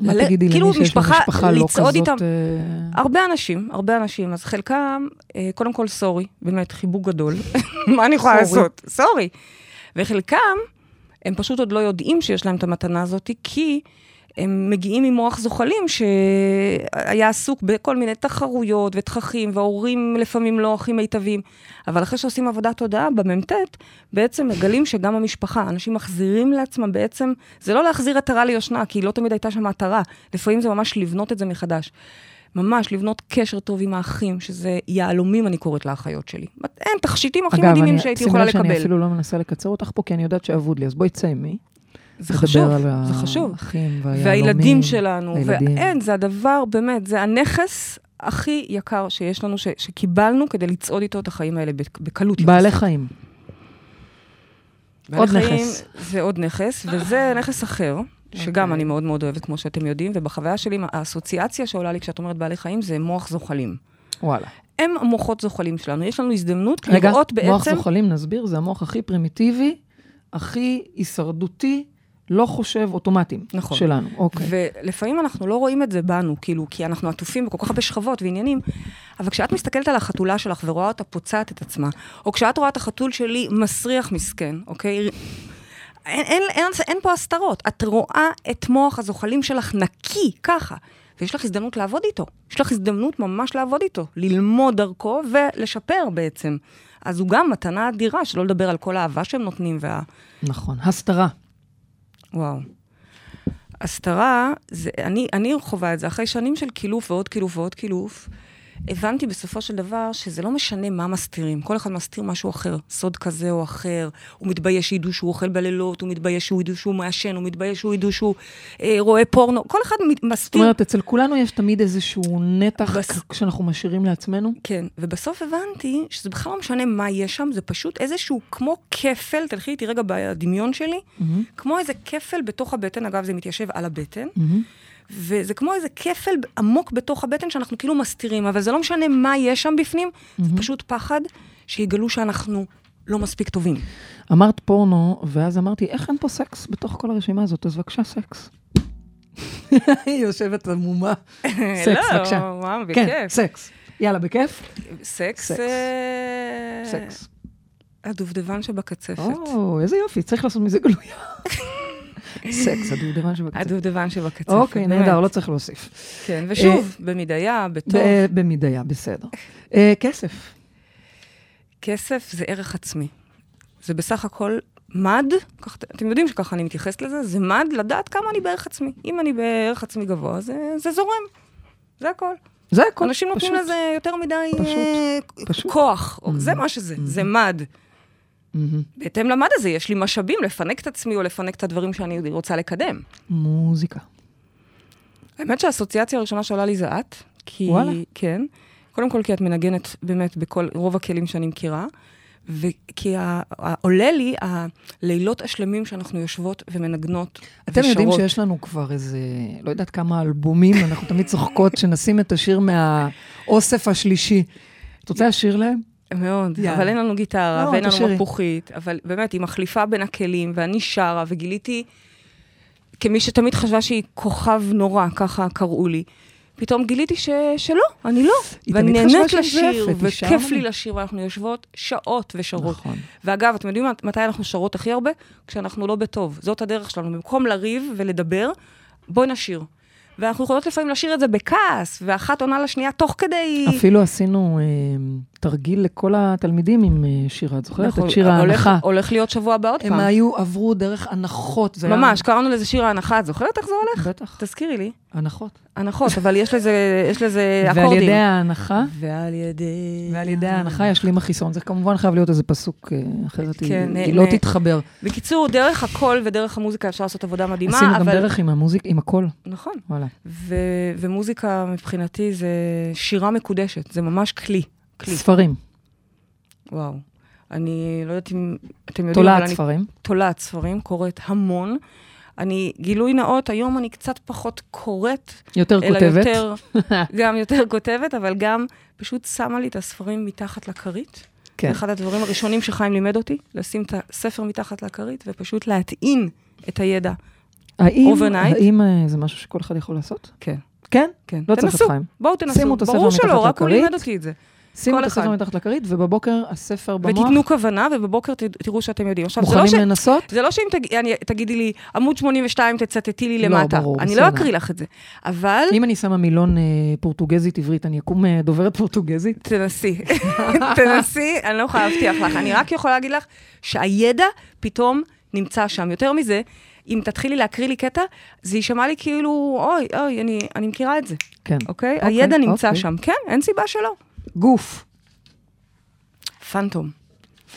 מה
מלא-
תגידי למי שיש לו משפחה לא
כאילו לצעוד איתם,
כזאת... אה,
הרבה אנשים, הרבה אנשים, אז חלקם, אה, קודם כל סורי, באמת חיבוק גדול, מה אני יכולה
סורי.
לעשות? סורי. וחלקם הם פשוט עוד לא יודעים שיש להם את המתנה הזאת, כי הם מגיעים עם מוח זוחלים שהיה עסוק בכל מיני תחרויות ותככים, וההורים לפעמים לא הכי מיטביים. אבל אחרי שעושים עבודת הודעה במ"ט, בעצם מגלים שגם המשפחה, אנשים מחזירים לעצמם בעצם, זה לא להחזיר עטרה ליושנה, כי לא תמיד הייתה שם עטרה, לפעמים זה ממש לבנות את זה מחדש. ממש לבנות קשר טוב עם האחים, שזה יהלומים, אני קוראת לאחיות שלי. אין, תכשיטים הכי
אגב,
מדהימים
אני-
שהייתי
שימי
יכולה
לב
לקבל.
שאני אפילו לא מנסה לקצר אותך פה, כי אני יודעת שאבוד לי, אז בואי תסיימי.
זה חשוב,
לדבר על
זה חשוב.
האחים והיהלומים.
והילדים שלנו,
הילדים.
ואין, זה הדבר, באמת, זה הנכס הכי יקר שיש לנו, ש, שקיבלנו כדי לצעוד איתו את החיים האלה בק- בקלות. יחסית.
בעלי חיים.
בעלי
עוד
חיים
נכס.
זה עוד נכס, וזה נכס אחר, שגם
אוקיי.
אני מאוד מאוד אוהבת, כמו שאתם יודעים, ובחוויה שלי, האסוציאציה שעולה לי כשאת אומרת בעלי חיים זה מוח זוחלים.
וואלה.
הם המוחות זוחלים שלנו, יש לנו הזדמנות
רגע,
לראות
מוח
בעצם...
זוחלים, נסביר, זה המוח הכי פרימיטיבי, הכי הישרדותי, לא חושב אוטומטים
נכון.
שלנו. אוקיי.
ולפעמים אנחנו לא רואים את זה בנו, כאילו, כי אנחנו עטופים בכל כך הרבה שכבות ועניינים, אבל כשאת מסתכלת על החתולה שלך ורואה אותה פוצעת את עצמה, או כשאת רואה את החתול שלי מסריח מסכן, אוקיי? אין, אין, אין, אין פה הסתרות. את רואה את מוח הזוחלים שלך נקי, ככה. ויש לך הזדמנות לעבוד איתו. יש לך הזדמנות ממש לעבוד איתו, ללמוד דרכו ולשפר בעצם. אז הוא גם מתנה אדירה, שלא לדבר על כל האהבה שהם נותנים וה...
נכון. הסתרה.
וואו. הסתרה, זה, אני, אני חווה את זה. אחרי שנים של קילוף ועוד קילוף ועוד קילוף, הבנתי בסופו של דבר שזה לא משנה מה מסתירים. כל אחד מסתיר משהו אחר, סוד כזה או אחר. הוא מתבייש שידעו שהוא אוכל בלילות, הוא מתבייש שהוא ידעו שהוא מעשן, הוא מתבייש שהוא ידעו שהוא אה, רואה פורנו. כל אחד מת-
זאת
מסתיר
אומרת, אצל כולנו יש תמיד איזשהו נתח
בס-
כ- שאנחנו משאירים לעצמנו.
כן, ובסוף הבנתי שזה בכלל לא משנה מה יש שם, זה פשוט איזשהו כמו כפל, תלכי איתי רגע בדמיון שלי, mm-hmm. כמו איזה כפל בתוך הבטן, אגב, זה מתיישב על הבטן, mm-hmm. וזה כמו איזה כפל עמוק בתוך הבטן שאנחנו כאילו מסתירים, אבל זה לא משנה מה יש שם בפנים, mm-hmm. זה פשוט פחד שיגלו שאנחנו לא מספיק טובים.
אמרת פורנו, ואז אמרתי, איך אין פה סקס בתוך כל הרשימה הזאת? אז בבקשה, סקס. היא יושבת עמומה. סקס,
לא,
בבקשה.
וואו,
כן,
בכיף.
סקס. יאללה, בכיף?
סקס,
סקס.
אה,
סקס.
הדובדבן שבקצפת.
או, איזה יופי, צריך לעשות מזה גלויה. סקס, הדובדבן שבקצה.
הדובדבן שבקצפת.
אוקיי,
באמת.
נהדר, לא צריך להוסיף. אה,
כן, ושוב, במדיה,
ב-
בטוב.
במידיה, בסדר. אה, כסף.
כסף זה ערך עצמי. זה בסך הכל מד, כך, אתם יודעים שככה אני מתייחסת לזה, זה מד לדעת כמה אני בערך עצמי. אם אני בערך עצמי גבוה, זה, זה זורם. זה הכל.
זה הכל.
אנשים נותנים
פשוט.
לזה יותר מדי
פשוט,
אה,
פשוט. Mm-hmm.
כוח. או- זה מה שזה, זה מד.
מהמם.
בהתאם למד הזה יש לי משאבים לפנק את עצמי או לפנק את הדברים שאני רוצה לקדם.
מוזיקה.
האמת שהאסוציאציה הראשונה שעולה לי זה את. כי...
וואלה.
כן. קודם כל, כי את מנגנת באמת בכל, רוב הכלים שאני מכירה, וכי ה- ה- עולה לי הלילות השלמים שאנחנו יושבות ומנגנות
אתם
ושרות.
יודעים שיש לנו כבר איזה, לא יודעת כמה אלבומים, אנחנו תמיד צוחקות שנשים את השיר מהאוסף השלישי. את רוצה לשיר להם?
מאוד,
יאללה.
אבל אין לנו גיטרה,
לא,
ואין לנו
תשאירי.
מפוחית, אבל באמת, היא מחליפה בין הכלים, ואני שרה, וגיליתי, כמי שתמיד חשבה שהיא כוכב נורא, ככה קראו לי, פתאום גיליתי ש... שלא, אני לא.
היא
ואני
תמיד חשבה
נהנית
שהיא
לשיר,
מזייפת, היא שרה
וכיף לי
מדהים.
לשיר, ואנחנו יושבות שעות ושרות.
נכון.
ואגב, אתם יודעים מת- מתי אנחנו שרות הכי הרבה? כשאנחנו לא בטוב. זאת הדרך שלנו. במקום לריב ולדבר, בואי נשיר. ואנחנו יכולות לפעמים לשיר את זה בכעס, ואחת עונה לשנייה תוך כדי...
אפילו עשינו אה, תרגיל לכל התלמידים עם אה, שירה, את זוכרת?
נכון,
את שיר
הולך-
ההנחה.
הולך להיות שבוע הבא עוד
הם
פעם.
היו, עברו דרך הנחות. זה היה-
ממש, קראנו לזה שיר ההנחה, את זוכרת איך זה הולך?
בטח,
תזכירי לי.
הנחות.
הנחות, אבל יש לזה יש לזה
ועל ידי
אה, אקורדים. אה.
ההנחה,
ועל ידי...
ועל ידי ההנחה ישלים החיסון. זה כמובן חייב להיות איזה פסוק, אה, אחרת היא
כן,
היא
נ-
לא
נ-
תתחבר.
בקיצור, דרך הקול ודרך המוזיקה אפשר לעשות עבודה מדהימה,
עשינו גם
אבל...
דרך עם המוזיק, עם הקול,
נכון.
וואלה.
ו- ומוזיקה מבחינתי זה שירה מקודשת, זה ממש כלי. כלי,
ספרים,
וואו. אני לא יודעת אם אתם יודעים, אבל
תולעת
אני
ספרים.
תולעת ספרים, קוראת המון. אני, גילוי נאות, היום אני קצת פחות קוראת,
יותר
אלא
כותבת.
יותר, גם יותר כותבת, אבל גם פשוט שמה לי את הספרים מתחת לכרית.
כן.
כן. אחד הדברים הראשונים שחיים לימד אותי, לשים את הספר מתחת לכרית ופשוט להטעין את הידע.
האם,
overnight.
האם אה, זה משהו שכל אחד יכול לעשות?
כן.
כן?
כן.
לא צריך
תנסו,
את חיים.
בואו תנסו.
שימו את הספר
ברור
מתחת
שלא, רק הוא
לכרית.
לימד אותי את זה.
שימו את
כל
הספר
אחד.
מתחת לכרית, ובבוקר הספר במוח.
ותיתנו כוונה, ובבוקר ת- תראו שאתם יודעים. עכשיו, זה לא ש...
מוכנים לנסות?
זה לא שאם תג... אני, תגידי לי, עמוד 82 תצטטי
לא,
לי למטה.
ברור,
אני
בסדר.
לא אקריא לך את זה. אבל
אם אני שמה מילון אה, פורטוגזית עברית, אני אקום אה, דוברת פורטוגזית?
תנסי. תנסי, אני לא יכולה להבטיח לך. אני רק יכולה להגיד לך שהידע פתאום נמצא שם. יותר מזה, אם תתחילי להקריא לי קטע, זה יישמע לי כאילו, אוי, אוי, אני, אני מכירה את זה,
כן.
אוקיי? הידע נמצא
אוקיי.
שם. כן, אין סיבה שלא.
גוף.
פנטום.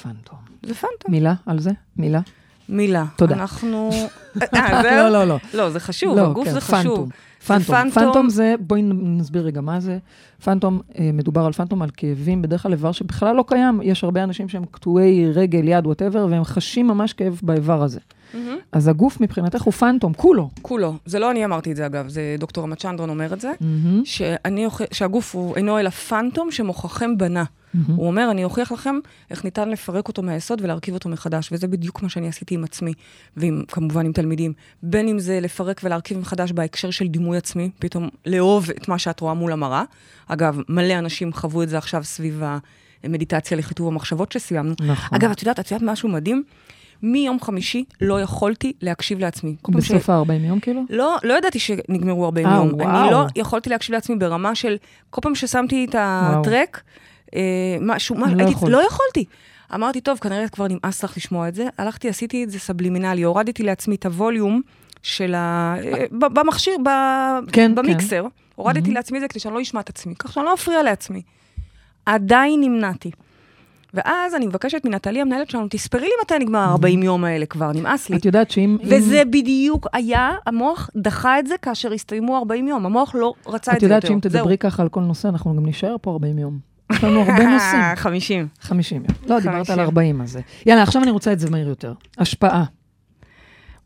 פנטום.
זה פנטום.
מילה על זה? מילה?
מילה.
תודה.
אנחנו... אה, זהו?
לא, לא, לא.
לא, זה חשוב, הגוף
כן,
זה חשוב.
פנטום. פנטום.
פנטום.
פנטום זה, בואי נ- נסביר רגע מה זה. פנטום, אה, מדובר על פנטום, על כאבים, בדרך כלל איבר שבכלל לא קיים. יש הרבה אנשים שהם קטועי רגל, יד, וואטאבר, והם חשים ממש כאב באיבר הזה.
מהמם.
אז הגוף מבחינתך הוא פנטום, כולו.
כולו. זה לא אני אמרתי את זה, אגב, זה דוקטור רמצ'נדרן אומר את זה.
מהמם.
שאני אוכ... שהגוף הוא אינו אלא פנטום שמוכחם בנה.
מהמם.
הוא אומר, אני אוכיח לכם איך ניתן לפרק אותו מהיסוד ולהרכיב אותו מחדש, וזה בדיוק מה שאני עשיתי עם עצמי, ועם, כמובן עם תלמידים. בין אם זה לפרק ולהרכיב מחדש בהקשר של דימוי עצמי, פתאום לאהוב את מה שאת רואה מול המראה. אגב, מלא אנשים חוו את זה עכשיו סביב המדיטציה לחיטוב המחשבות שסיימנו.
נכון.
אגב, את יודעת, את יודעת משהו מדהים? מיום חמישי לא יכולתי להקשיב לעצמי. כל פעם ש-
בסוף ה-40 יום כאילו?
לא, לא ידעתי שנגמרו 40
אה,
יום.
וואו.
אני לא יכולתי להקשיב לעצמי ברמה של, כל פעם ששמתי את הטרק, אה, משהו, משהו,
לא
הייתי,
יכול.
לא יכולתי. אמרתי, טוב, כנראה כבר נמאס לך לשמוע את זה. הלכתי, עשיתי את זה סבלימינלי, הורדתי לעצמי את הווליום של ה... אה, ב- במכשיר, ב...
כן,
במיקסר. הורדתי לעצמי את זה כדי שאני לא אשמע את עצמי, כך שאני לא אפריע לעצמי. עדיין נמנעתי. ואז אני מבקשת מנטלי, המנהלת שלנו, תספרי לי מתי נגמר ה-40 יום האלה כבר, נמאס לי.
את יודעת שאם... אם-
וזה בדיוק היה, המוח דחה את זה כאשר הסתיימו 40 יום. המוח לא רצה את,
את
זה יותר.
יודעת שאם תדברי ככה על כל נושא, אנחנו גם נישאר פה 40 יום. יש לנו הרבה נושאים.
אה, 50.
50 יום. לא, דיברת על
50.
40, אז... זה- יאללה, עכשיו אני רוצה את זה מהיר יותר. השפעה.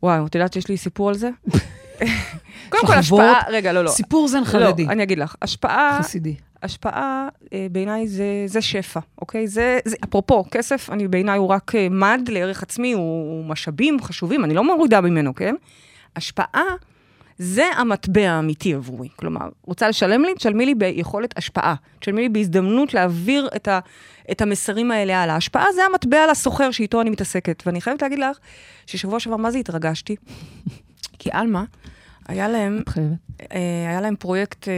וואו, את יודעת שיש לי סיפור על זה? קודם כל,
שכבות,
השפעה... רגע, לא, לא.
סיפור זן
לא,
חרדי.
אני אגיד לך. השפעה,
חסידי.
השפעה אה, בעיניי זה, זה שפע, אוקיי? זה, זה, אפרופו, כסף, אני בעיניי הוא רק אה, מד לערך עצמי, הוא, הוא משאבים חשובים, אני לא מורידה ממנו, כן? השפעה זה המטבע האמיתי עבורי. כלומר, רוצה לשלם לי? תשלמי לי ביכולת השפעה. תשלמי לי בהזדמנות להעביר את, ה, את המסרים האלה הלאה. השפעה זה המטבע לסוחר שאיתו אני מתעסקת. ואני חייבת להגיד לך ששבוע שעבר, מה זה התרגשתי? כי על מה? היה להם
את חייבת.
אה, היה להם פרויקט אה,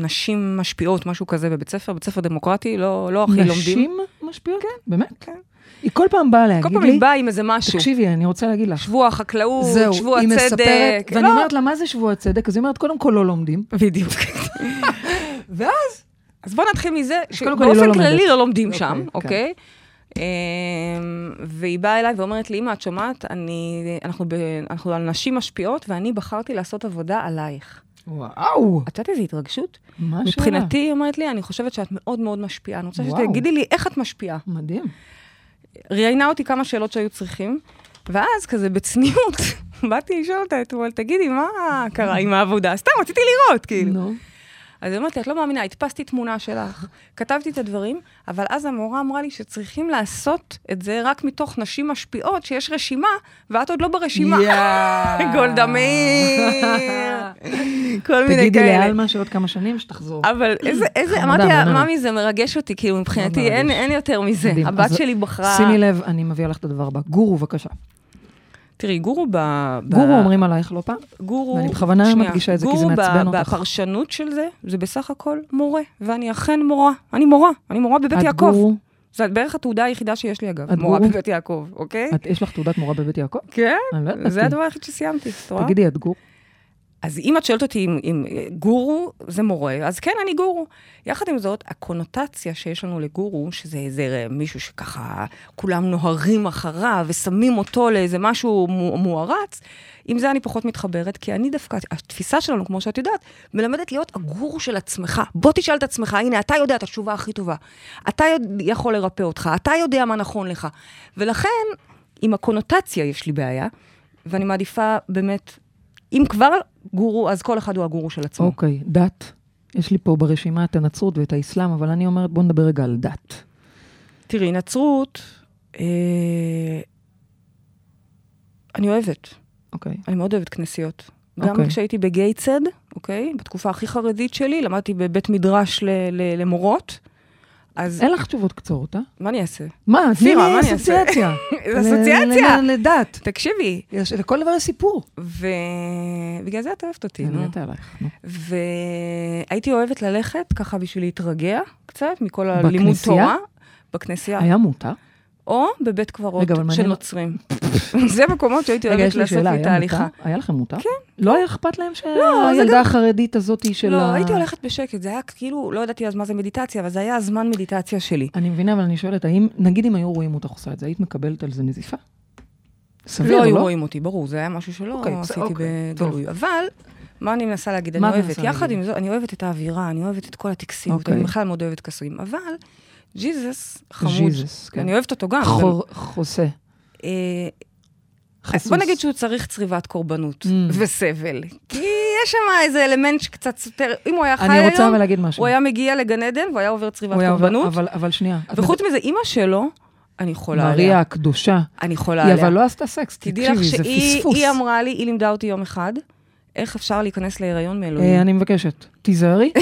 נשים משפיעות, משהו כזה בבית ספר, בית ספר דמוקרטי, לא, לא הכי לומדים.
נשים משפיעות? כן. באמת? כן. היא כל פעם באה
כל
להגיד
פעם
לי,
היא באה עם איזה משהו.
תקשיבי, אני רוצה להגיד לך.
שבוע החקלאות,
זהו,
שבוע
היא
הצדק.
מספרת, ואני
לא,
אומרת לה, מה זה שבוע הצדק? אז היא אומרת, קודם כל לא לומדים.
בדיוק.
ואז?
אז בואו נתחיל מזה
קודם כל היא לא
שבאופן
לומדת.
כללי לא לומדים
אוקיי,
שם,
כן.
אוקיי? אמ, והיא באה אליי ואומרת לי, אמא, את שומעת? אני, אנחנו, ב, אנחנו על נשים משפיעות, ואני בחרתי לעשות עבודה עלייך.
וואו,
את יודעת איזה התרגשות?
מה השאלה?
מבחינתי, היא אומרת לי, אני חושבת שאת מאוד מאוד משפיעה. אני רוצה
וואו.
שתגידי לי איך את משפיעה.
מדהים.
ראיינה אותי כמה שאלות שהיו צריכים, ואז כזה בצניעות, באתי לשאול אותה אתמול, תגידי, מה קרה עם העבודה? סתם, רציתי לראות, כאילו.
נו.
אז היא אומרת לי, את לא מאמינה, הדפסתי תמונה שלך, כתבתי את הדברים, אבל אז המורה אמרה לי שצריכים לעשות את זה רק מתוך נשים משפיעות, שיש רשימה, ואת עוד לא ברשימה.
יאה.
גולדה מאיר, כל מיני כאלה.
תגידי לאלמה לא, שעוד כמה שנים שתחזור.
אבל איזה, איזה, אמרתי
חמודה,
לה,
ממש.
ממי, זה מרגש אותי, כאילו, מבחינתי
מאוד
אין-
מרגש.
אין יותר מזה.
לא מדהים.
הבת
אז
שלי בחרה...
שימי לב, אני מביאה לך את הדבר הבא. גורו, בבקשה.
תראי, גורו ב... ב-
גורו אומרים עלייך לא פעם?
גורו...
ואני בכוונה
שנייה,
מדגישה את זה, כי זה מעצבן
גורו ב-
אותך.
בפרשנות של זה, זה בסך הכל מורה, ואני אכן מורה. אני מורה, אני מורה בבית
את
יעקב.
גורו,
זו בערך התעודה היחידה שיש לי, אגב.
את
מורה
גורו?
בבית יעקב, אוקיי?
את- יש לך תעודת מורה בבית יעקב?
כן,
אני לא
זה
ידעתי.
הדבר היחיד שסיימתי, את רואה?
תגידי, את גורו?
כן. אז אם את שואלת אותי אם, אם גורו זה מורה, אז כן, אני גורו. יחד עם זאת, הקונוטציה שיש לנו לגורו, שזה איזה מישהו שככה כולם נוהרים אחריו ושמים אותו לאיזה משהו מו- מוערץ, עם זה אני פחות מתחברת, כי אני דווקא, התפיסה שלנו, כמו שאת יודעת, מלמדת להיות הגורו של עצמך. בוא תשאל את עצמך, הנה, אתה יודע את התשובה הכי טובה. אתה יודע, יכול לרפא אותך, אתה יודע מה נכון לך. ולכן, עם הקונוטציה יש לי בעיה, ואני מעדיפה באמת אם כבר גורו, אז כל אחד הוא הגורו של עצמו.
אוקיי, דת. יש לי פה ברשימה את הנצרות ואת האסלאם, אבל אני אומרת, בוא נדבר רגע על דת.
תראי, נצרות, אה, אני אוהבת,
אוקיי.
אני מאוד אוהבת כנסיות.
אוקיי.
גם כשהייתי בגייטסד, אוקיי? בתקופה הכי חרדית שלי, למדתי בבית מדרש ל- ל- למורות, אז
אין לך תשובות קצרות, אה?
מה אני אעשה?
מה, תני
פירה, מה
לי
אני אעשה?
אסוציאציה.
זה אסוציאציה.
ל- ל- לדת.
תקשיבי,
יש- לכל דבר יש סיפור.
ובגלל זה את אוהבת אותי,
אני
נו.
מתה עלייך, נו.
והייתי אוהבת ללכת ככה בשביל להתרגע קצת מכל הלימוד
בכנסייה?
תורה. בכנסייה?
היה מותר?
או בבית קברות
רגע, אבל מעניין-
של נוצרים. זה מקומות שהייתי
רגע,
אוהבת
יש לי
לעשות
שאלה,
לי את
היה מותר?
ההליכה.
היה לכם מותר? כן. לא היה אכפת להם
זה
שהילדה החרדית הזאת של
לא,
ה...
הייתי הולכת בשקט, זה היה כאילו, לא ידעתי אז מה זה מדיטציה, אבל זה היה הזמן מדיטציה שלי.
אני מבינה, אבל אני שואלת, האם, נגיד אם היו רואים אותך עושה את זה, היית מקבלת על זה נזיפה? סביר,
לא
לא?
היו רואים אותי, ברור, זה היה משהו
אוקיי, בסדר,
שלא עשיתי
אוקיי,
בגלוי. אבל, מה אני מנסה להגיד? אני
מה את
אוהבת,
מנסה
יחד
להגיד?
עם זאת, אני אוהבת את האווירה, אני אוהבת את כל הטקסיות,
אוקיי.
אני בכלל מאוד אוהבת כסויים, אבל ג'יזוס חמוד,
ז'יזוס, כן.
אני אוהבת אותו גם.
חור, חוסה,
אבל, אה,
חסוס.
בוא נגיד שהוא צריך צריבת קורבנות
Mm.
וסבל, כי יש שם איזה אלמנט שקצת סותר, אם הוא היה חי
אני רוצה
היום,
אבל להגיד משהו.
הוא היה מגיע לגן עדן והוא היה עובר צריבת
הוא היה עובר-
קורבנות,
אבל, אבל שנייה. את
וחוץ מזה, אימא שלו, אני חולה
מדברת-
עליה.
מריה הקדושה.
אני חולה
היא
עליה.
אבל לא עשתה סקס,
תדעי לך
תקשיבי, זה
שהיא
פספוס.
היא אמרה לי, היא לימדה אותי יום אחד, איך אפשר להיכנס להיריון
אה,
מאלוהים.
אני מבקשת, תיזהרי.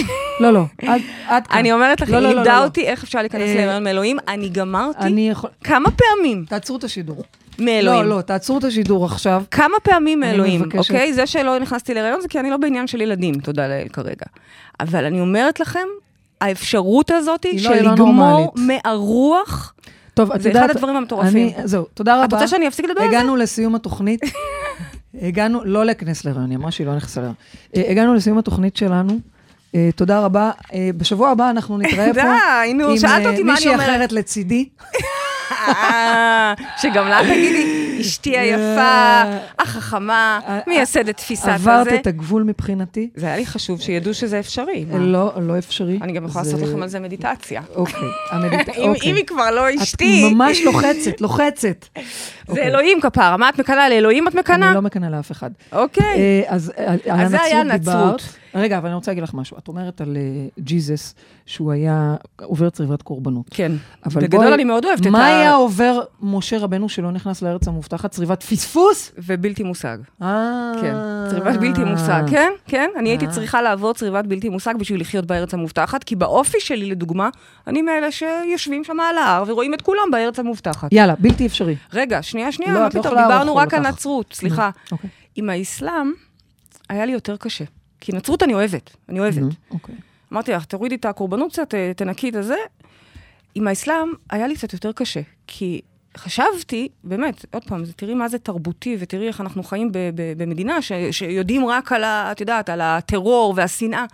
לא, לא, עד- עד כאן.
אני אומרת לך,
לא,
היא
לא, לא,
לימדה
לא.
אותי איך אפשר להיכנס
אה,
להיריון מאלוהים, אני גמרתי
אני יכול...
כמה פעמים
תעצרו את השידור.
מאלוהים.
לא, לא, תעצרו את השידור עכשיו.
כמה פעמים
אני
מאלוהים,
מבקשת.
אוקיי? זה שלא נכנסתי להיריון זה כי אני לא בעניין של ילדים, תודה לאל כרגע. אבל אני אומרת לכם, האפשרות הזאת
היא לא-
של
היא לא
לגמור
נורמלית.
מהרוח,
טוב, את
זה
יודעת...
אחד הדברים המטורפים.
אני- זהו, תודה רבה.
את רוצה שאני אפסיק לדבר על זה?
הגענו לסיום התוכנית. הגענו, לא להיכנס להיריון, היא אמרה שהיא לא נכנסה להיריון. אה, הגענו לסיום התוכנית שלנו. אה, תודה רבה. אה, בשבוע הבא אנחנו נתראה פה.
די, נו,
עם,
שאלת
אה,
אותי מה אני
מישהי
אומרת.
אחרת לצידי.
אה, שגם לה תגידי, אשתי היפה, החכמה,
אה,
מייסדת תפיסת
עברת
הזה.
את הגבול מבחינתי.
זה היה לי חשוב שידעו שזה אפשרי. מה?
לא, לא אפשרי.
אני גם יכולה
זה-
לעשות לכם על זה מדיטציה.
אוקיי, המדיט-
אם
אוקיי.
אם היא כבר לא אשתי,
את ממש לוחצת, לוחצת.
זה לא
אוקיי.
אלוהים כפרה. מה את מקנאה? לאלוהים את
אני
מקנאה?
לא מקנאה לאף אחד.
אוקיי.
אה, אז אה, על
אז זה היה
הנצרות דיברת.
נצרות.
רגע, אבל אני רוצה להגיד לך משהו. את אומרת על אה, ג'יזס שהוא היה עובר צריבת קורבנות.
כן.
אבל
בגדול
בואי,
אני מאוד אוהבת את
מה
ה-
היה עובר משה רבנו שלא נכנס לארץ המובטחת? צריבת פספוס?
ובלתי מושג.
אה...
כן. צריבת בלתי מושג. כן, כן. אני הייתי צריכה לעבור צריבת בלתי מושג בשביל לחיות בארץ המובטחת, כי באופי שלי, לדוגמה, אני מאלה שיושבים שם על ההר ורואים את כולם בארץ המובטחת.
יאללה, בלתי אפשרי.
רגע, שנייה, שנייה,
לא,
מה
את לא
פתאום,
יכולה
דיברנו
לחול
רק על
אותך.
נצרות, סליחה.
אוקיי.
עם האסלאם, היה לי יותר קשה. כי נצרות אני אוהבת, אני אוהבת.
אוקיי.
אמרתי לך, תורידי את הקורבנות קצת, ת- תנקי את הזה. עם האסלאם היה לי קצת יותר קשה, כי חשבתי, באמת, עוד פעם, זה- תראי מה זה תרבותי, ותראי איך אנחנו חיים ב- ב- במדינה ש- שיודעים רק על, ה- את יודעת, על הטרור והשנאה.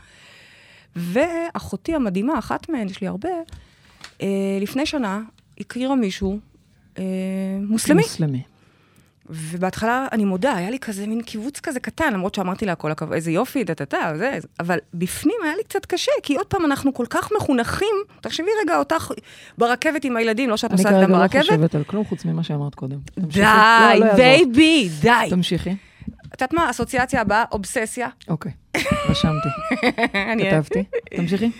ואחותי המדהימה, אחת מהן, יש לי הרבה, אה, לפני שנה הכירה מישהו אה, מוסלמי.
מוסלמי.
ובהתחלה, אני מודה, היה לי כזה מין קיבוץ כזה קטן, למרות שאמרתי לה, כל הכבוד, איזה יופי, טה-טה-טה, זה, זה." אבל בפנים היה לי קצת קשה, כי עוד פעם, אנחנו כל כך מחונכים, תחשבי רגע אותך ברכבת עם הילדים, לא שאת
אני
נוסעת
כרגע
גם
לא
ברכבת.
חושבת על כלום חוץ ממה שאמרת קודם. תמשיכי.
די,
לא, לא יעזור.
בייבי, די.
תמשיכי.
את יודעת מה, האסוציאציה הבאה, אובססיה.
אוקיי, רשמתי,
אני-
כתבתי. תמשיכי.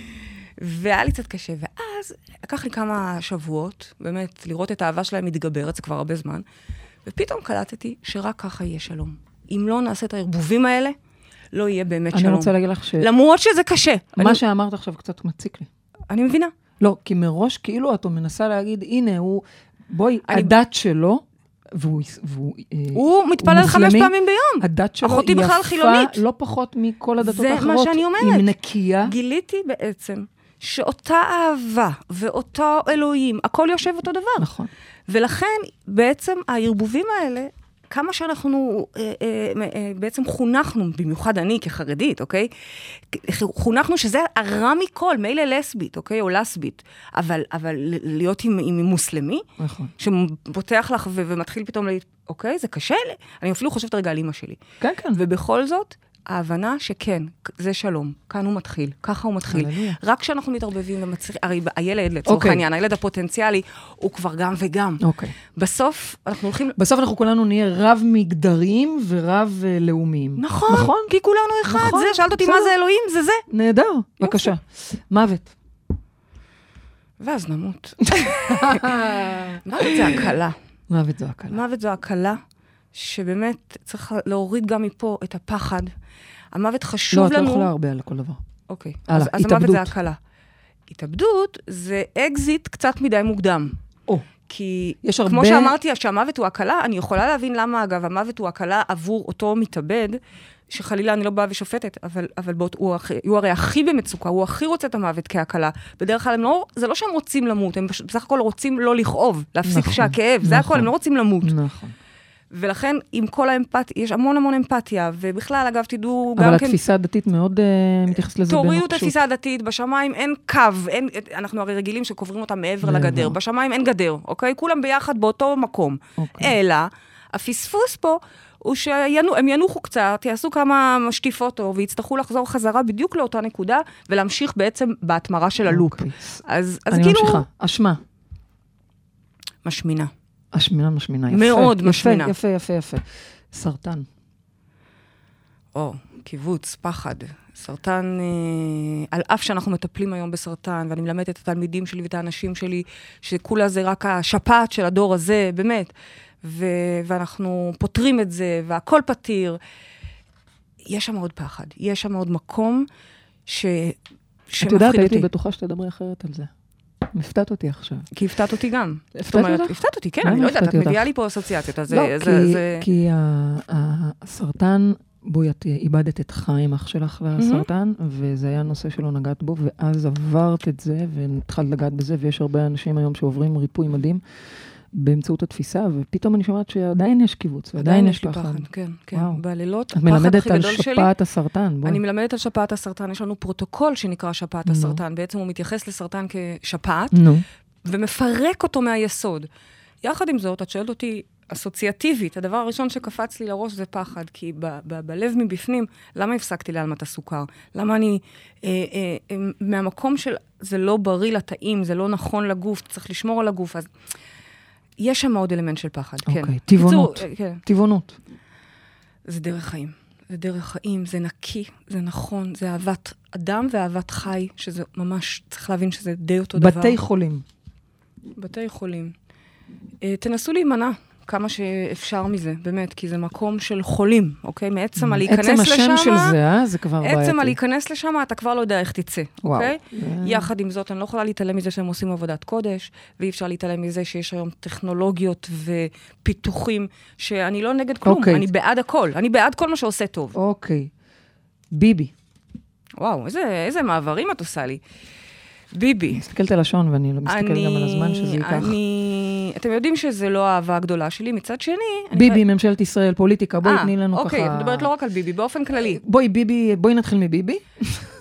והיה לי קצת קשה, ואז לקח לי כמה שבועות, באמת, לראות את האהבה שלהם מתגברת, זה כבר הרבה זמן, ופתאום קלטתי שרק ככה יהיה שלום. אם לא נעשה את הערבובים האלה, לא יהיה באמת
אני
שלום.
רוצה להגיד לך ש...
למרות שזה קשה.
אה, מה
אני,
שאמרת עכשיו קצת מציק לי.
אני מבינה.
לא, כי מראש כאילו את מנסה להגיד, הנה, הוא, בואי,
אני-
הדת שלו, והוא... והוא, אה,
הוא מתפלל חמש
מוסלמי,
פעמים ביום.
הדת שלו
אחותי בכלל חילונית.
יפה לא פחות מכל הדתות
זה מה
האחרות.
שאני אומרת.
היא נקייה.
גיליתי בעצם שאותה אהבה ואותו אלוהים, הכל יושב אותו דבר.
נכון.
ולכן בעצם הערבובים האלה, כמה שאנחנו אה, אה, אה, בעצם חונכנו, במיוחד אני כחרדית, אוקיי? חונכנו שזה הרע מכל, מילא לסבית, אוקיי? או לסבית. אבל, אבל להיות עם, עם מוסלמי,
נכון.
שפותח לך ו- ומתחיל פתאום, להת... אוקיי, זה קשה לי. אני אפילו חושבת רגע על אימא שלי.
כן, כן.
ובכל זאת, ההבנה שכן, זה שלום, כאן הוא מתחיל, ככה הוא מתחיל.
הללויה.
רק כשאנחנו מתערבבים ומצליחים, הרי ב- הילד לצורך
אוקיי.
העניין, הילד הפוטנציאלי, הוא כבר גם וגם.
אוקיי.
בסוף אנחנו הולכים...
בסוף אנחנו כולנו נהיה רב-מגדריים ורב-לאומיים.
נכון,
אה, נכון.
כי כולנו אחד,
נכון,
זה, שאלת אותי
בסדר.
מה זה אלוהים, זה זה.
נהדר. בבקשה. מוות.
ואז נמות. מוות זה הקלה.
מוות זו הקלה.
מוות זו הקלה, שבאמת צריך להוריד גם מפה את הפחד. המוות חשוב
לא, את
לנו...
לא יכולה הרבה על כל דבר.
אוקיי.
הלאה,
אז, אז המוות
התאבדות.
זה הקלה. התאבדות זה אקזיט קצת מדי מוקדם.
או.
כי
יש
כמו
הרבה-
שאמרתי, שהמוות הוא הקלה, אני יכולה להבין למה, אגב, המוות הוא הקלה עבור אותו מתאבד, שחלילה אני לא באה ושופטת, אבל, אבל באות, הוא, הכי, הוא הרי הכי במצוקה, הוא הכי רוצה את המוות כהקלה. בדרך כלל הם לא, זה לא שהם רוצים למות, הם פשוט בסך הכל רוצים לא לכאוב, להפסיק
נכון,
נכון, שהכאב, זה הכל,
נכון.
הם לא רוצים למות.
נכון.
ולכן, עם כל האמפתיה, יש המון המון אמפתיה, ובכלל, אגב, תדעו גם
אבל
כן...
התפיסה הדתית מאוד אה, מתייחסת לזה בנוקשות.
תורידו את התפיסה הדתית, בשמיים אין קו, אין, אנחנו הרי רגילים שקוברים אותם מעבר
מעבר.
לגדר, בשמיים אין גדר, אוקיי? כולם ביחד באותו מקום.
אוקיי.
אלא, הפספוס פה הוא שהם ינוחו קצת, יעשו כמה משטיפות אור, ויצטרכו לחזור חזרה בדיוק לאותה נקודה, ולהמשיך בעצם בהתמרה של הלופ.
אוקיי.
אז, אז
אני
כאילו...
ממשיכה. אשמה.
משמינה.
אשמינה משמינה, יפה.
מאוד
יפה,
משמינה.
יפה, יפה, יפה. סרטן.
או, קיבוץ, פחד. סרטן, אה, על אף שאנחנו מטפלים היום בסרטן, ואני מלמדת את התלמידים שלי ואת האנשים שלי, שכולה זה רק השפעת של הדור הזה, באמת. ו- ואנחנו פותרים את זה, והכל פתיר. יש שם עוד פחד, יש שם עוד מקום ש...
את
שמפחיד
יודעת,
אותי.
הייתי בטוחה שתדברי אחרת על זה. הפתעת אותי עכשיו.
כי הפתעת אותי גם.
הפתעת
זאת אומרת,
אותך?
הפתעת אותי, כן,
למה
אני לא יודעת, את
הפתעתי אותך?
מביאה לי פה אסוציאציות, אז
לא, כי-
זה... זה- זה-
כי ה- ה- הסרטן, בואי, את איבדת את חיים, אח שלך והסרטן, וזה היה נושא שלא נגעת בו, ואז עברת את זה, והתחלת לגעת בזה, ויש הרבה אנשים היום שעוברים ריפוי מדהים באמצעות התפיסה, ופתאום אני שומעת שעדיין יש קיבוץ, ועדיין יש
לי
פחד.
כן, כן.
וואו.
בלילות,
את
הפחד
מלמדת
הכי
על
גדול שלי...
שפעת הסרטן, בואי.
אני מלמדת על שפעת הסרטן, יש לנו פרוטוקול שנקרא שפעת
נו.
הסרטן, בעצם הוא מתייחס לסרטן כשפעת,
נו,
ומפרק אותו מהיסוד. יחד עם זאת, את שואלת אותי אסוציאטיבית, הדבר הראשון שקפץ לי לראש זה פחד, כי ב- ב- בלב מבפנים, למה הפסקתי לאלמת הסוכר? למה אני, אה, אה, אה, מהמקום של זה לא בריא לטעים, זה לא נכון לגוף, צריך לשמור על הגוף, אז יש שם עוד אלמנט של פחד, כן.
אוקיי, טבעונות.
בקיצור, אה, כן.
טבעונות.
זה דרך חיים. זה דרך חיים, זה נקי, זה נכון, זה אהבת אדם ואהבת חי, שזה ממש, צריך להבין שזה די אותו דבר.
בתי חולים.
בתי חולים. אה, תנסו להימנע כמה שאפשר מזה, באמת, כי זה מקום של חולים, אוקיי? מעצם הלהיכנס לשם...
עצם השם של זה, אה? זה כבר בעייתי.
עצם הלהיכנס לשם, אתה כבר לא יודע איך תצא,
וואו. אה.
אוקיי?
זה-
יחד עם זאת, אני לא יכולה להתעלם מזה שהם עושים עבודת קודש, ואי אפשר להתעלם מזה שיש היום טכנולוגיות ופיתוחים, שאני לא נגד כלום,
אוקיי.
אני בעד הכל, אני בעד כל מה שעושה טוב.
אוקיי. ביבי.
וואו, איזה, איזה מעברים את עושה לי. ביבי,
אני מסתכלת על השעון ואני לא מסתכלת
אני...
גם על הזמן שזה ייקח.
אני... אתם יודעים שזה לא האהבה הגדולה שלי, מצד שני... אני
ביבי,
חי-
ממשלת ישראל, פוליטיקה, בואי
אה,
תני לנו ככה...
אוקיי, את מדברת לא רק על ביבי, באופן כללי.
בואי, ביבי, בואי נתחיל מביבי.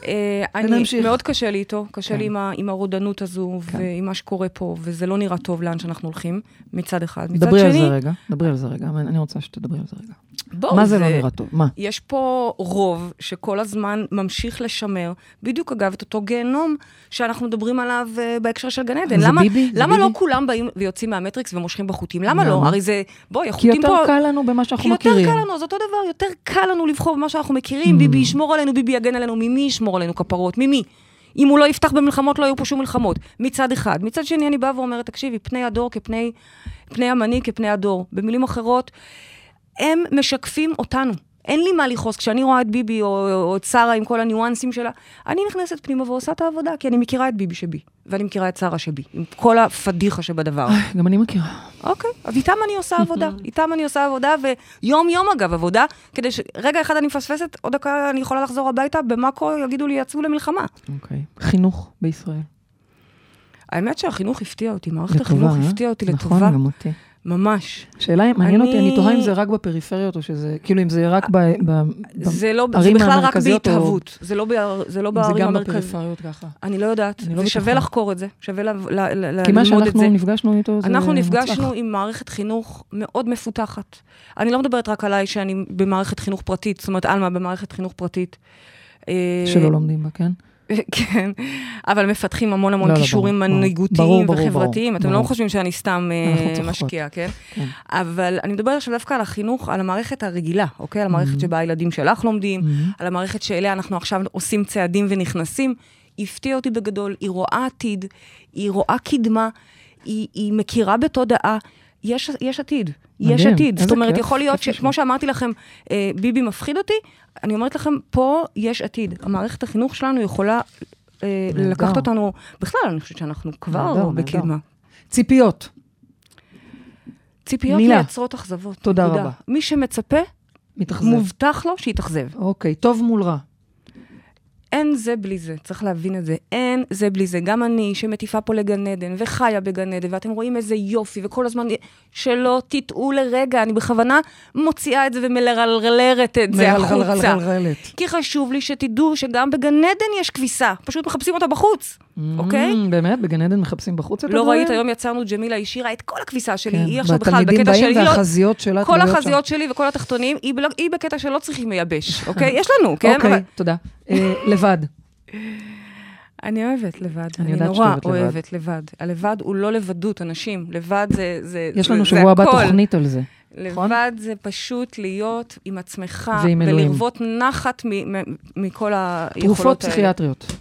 אה, אני,
ונמשיך.
מאוד קשה לי איתו, קשה
כן.
לי עם, ה, עם הרודנות הזו,
כן.
ועם מה שקורה פה, וזה לא נראה טוב לאן שאנחנו הולכים, מצד אחד. מצד
דברי על
שני,
זה רגע, דברי על זה רגע, אני אני רוצה שתדברי על זה רגע.
בואו,
מה זה לא נראה טוב? מה?
יש פה רוב שכל הזמן ממשיך לשמר, בדיוק אגב, את אותו גיהנום שאנחנו מדברים עליו אה, בהקשר של גן עדן.
זה
למה,
ביבי, זה
למה
ביבי.
לא כולם באים ויוצאים מהמטריקס ומושכים בחוטים? למה לא?
למה?
הרי זה, בואי,
כי
החוטים
יותר
פה...
קל לנו במה שאנחנו
כי יותר
מכירים.
קל לנו, זה אותו דבר, יותר קל לנו לבחור במה שאנחנו מכירים, ביבי ישמור עלינו, ביבי יגן עלינו, ממי ישמור עלינו כפרות? ממי? אם הוא לא יפתח במלחמות, לא יהיו פה שום מלחמות. מצד אחד. מצד שני, אני באה ואומרת, תקשיבי, פני הדור כפני, פני המנהיג כפני הדור. במילים אחרות, הם משקפים אותנו. אין לי מה לכעוס. כשאני רואה את ביבי או, או את שרה עם כל הניואנסים שלה, אני נכנסת פנימה ועושה את העבודה, כי אני מכירה את ביבי שבי, ואני מכירה את שרה שבי, עם כל הפדיחה שבדבר.
איי, אה, גם אני מכירה.
אוקיי, אז איתם אני עושה עבודה. איתם אני עושה עבודה, ויום-יום אגב עבודה, כדי ש... רגע אחד אני מפספסת, עוד דקה אני יכולה לחזור הביתה, במאקרו יגידו לי, יצאו למלחמה.
אוקיי. חינוך בישראל.
האמת שהחינוך הפתיע אותי, מערכת
לטובה,
החינוך
אה?
הפתיעה אותי
נכון,
לטובה,
גם אותי.
ממש.
שאלה, אם- מעניין
אני-
אותי, אני תוהה אם זה רק בפריפריות, או שזה, כאילו, אם זה רק ב... ב- ב-
זה לא, זה
ערים
בכלל רק
המרכזיות או-
בהתהוות, זה לא בער- זה לא
זה
בערים
גם
המרכזיות.
בפריפריות ככה.
אני לא יודעת,
אני לא
זה שווה
בטוחה.
לחקור את זה, שווה ל- ל- ל-
כי מה
ללמוד את זה.
שאנחנו נפגשנו איתו זה
אנחנו
מוצלח.
נפגשנו עם מערכת חינוך מאוד מפותחת. אני לא מדברת רק עליי שאני במערכת חינוך פרטית, זאת אומרת, עלמה במערכת חינוך פרטית. אה,
שלא לומדים בה, כן?
כן, אבל מפתחים המון המון
לא, לא,
כישורים
ברור, ברור. ברור,
מנהיגותיים
ברור,
וחברתיים.
ברור,
אתם לא
ברור.
חושבים שאני סתם אה,
אנחנו צוחקות.
משקיעה, כן?
כן.
אבל אני מדברת עכשיו דווקא על החינוך, על המערכת הרגילה, אוקיי? על
Mm-hmm.
המערכת שבה הילדים שלך לומדים, על המערכת שאליה אנחנו עכשיו עושים צעדים ונכנסים. הפתיע אותי בגדול, היא רואה עתיד, היא רואה קדמה, היא, היא מכירה בתודעה. יש, יש עתיד, יש
מדהים,
עתיד. זאת
איזה
אומרת,
כיף,
יכול להיות
כיף לשמוע.
שכמו שאמרתי לכם, אה, ביבי מפחיד אותי, אני אומרת לכם, פה יש עתיד. המערכת החינוך שלנו יכולה אה,
נהדר.
לקחת אותנו, בכלל, אני חושבת שאנחנו
נהדר,
כבר לא
נהדר.
בקדמה.
ציפיות.
ציפיות
מילה.
מייצרות אכזבות.
תודה
נקודה.
רבה.
מי שמצפה,
מתאכזב.
מובטח לו שיתאכזב.
אוקיי, טוב מול רע.
אין זה בלי זה, צריך להבין את זה. אין זה בלי זה. גם אני, שמטיפה פה לגן עדן, וחיה בגן עדן, ואתם רואים איזה יופי, וכל הזמן, שלא תטעו לרגע, אני בכוונה מוציאה את זה ומלרלרלרת את זה החוצה.
מרלרלרלרלת.
כי חשוב לי שתדעו שגם בגן עדן יש כביסה, פשוט מחפשים אותה בחוץ, אוקיי?
Mm, באמת? בגן עדן מחפשים בחוץ את הדברים?
לא ראית, היום יצרנו, ג'מילה השאירה את כל הכביסה שלי,
כן,
היא עכשיו בכלל
והתלמידים
בקטע של...
באים
היא לא-
והחזיות שלה
כל
תלויות שם.
החזיות שלי וכל התחתונים, היא בלא- היא בקטע שלא צריכים מייבש, אוקיי? יש לנו, כן? אבל-
אוקיי, תודה. אה, לבד.
אני אוהבת לבד,
אני
אני
יודעת
נורא
שאת אוהבת לבד.
אוהבת לבד. הלבד הוא לא לבדות, אנשים. לבד זה זה
יש
זה-
לנו
זה
שבוע הבא
הכל.
תוכנית על זה. נכון?
לבד זה פשוט להיות עם עצמך,
ועם אלוהים.
ולרוות נחת מ- מ- מכל היכולות האלה.
תרופות פסיכיאטריות.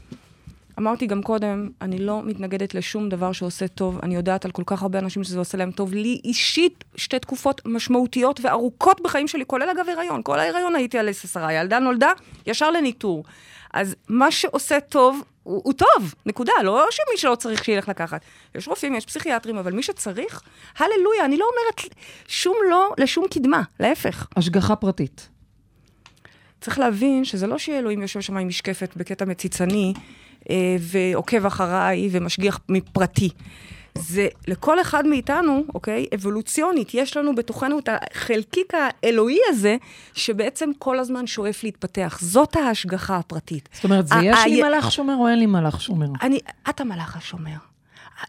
אמרתי גם קודם, אני לא מתנגדת לשום דבר שעושה טוב. אני יודעת על כל כך הרבה אנשים שזה עושה להם טוב. לי אישית, שתי תקופות משמעותיות וארוכות בחיים שלי, כולל אגב הריון. כל ההיריון הייתי על עשר עשרה, ילדה נולדה, ישר לניטור. אז מה שעושה טוב, הוא, הוא טוב, נקודה. לא שמי שלא צריך שילך לקחת. יש רופאים, יש פסיכיאטרים, אבל מי שצריך, הללויה, אני לא אומרת שום לא לשום קדמה, להפך.
השגחה פרטית.
צריך להבין שזה לא שאלוהים יושב שם עם משקפת בקטע מציצני אה, ועוקב אחריי ומשגיח מפרטי. זה לכל אחד מאיתנו, אוקיי, אבולוציונית, יש לנו בתוכנו את החלקיק האלוהי הזה, שבעצם כל הזמן שואף להתפתח. זאת ההשגחה הפרטית.
זאת אומרת, זה
ה-
יש לי
ה-
מלאך שומר או אין לי מלאך שומר?
אני, את המלאך השומר.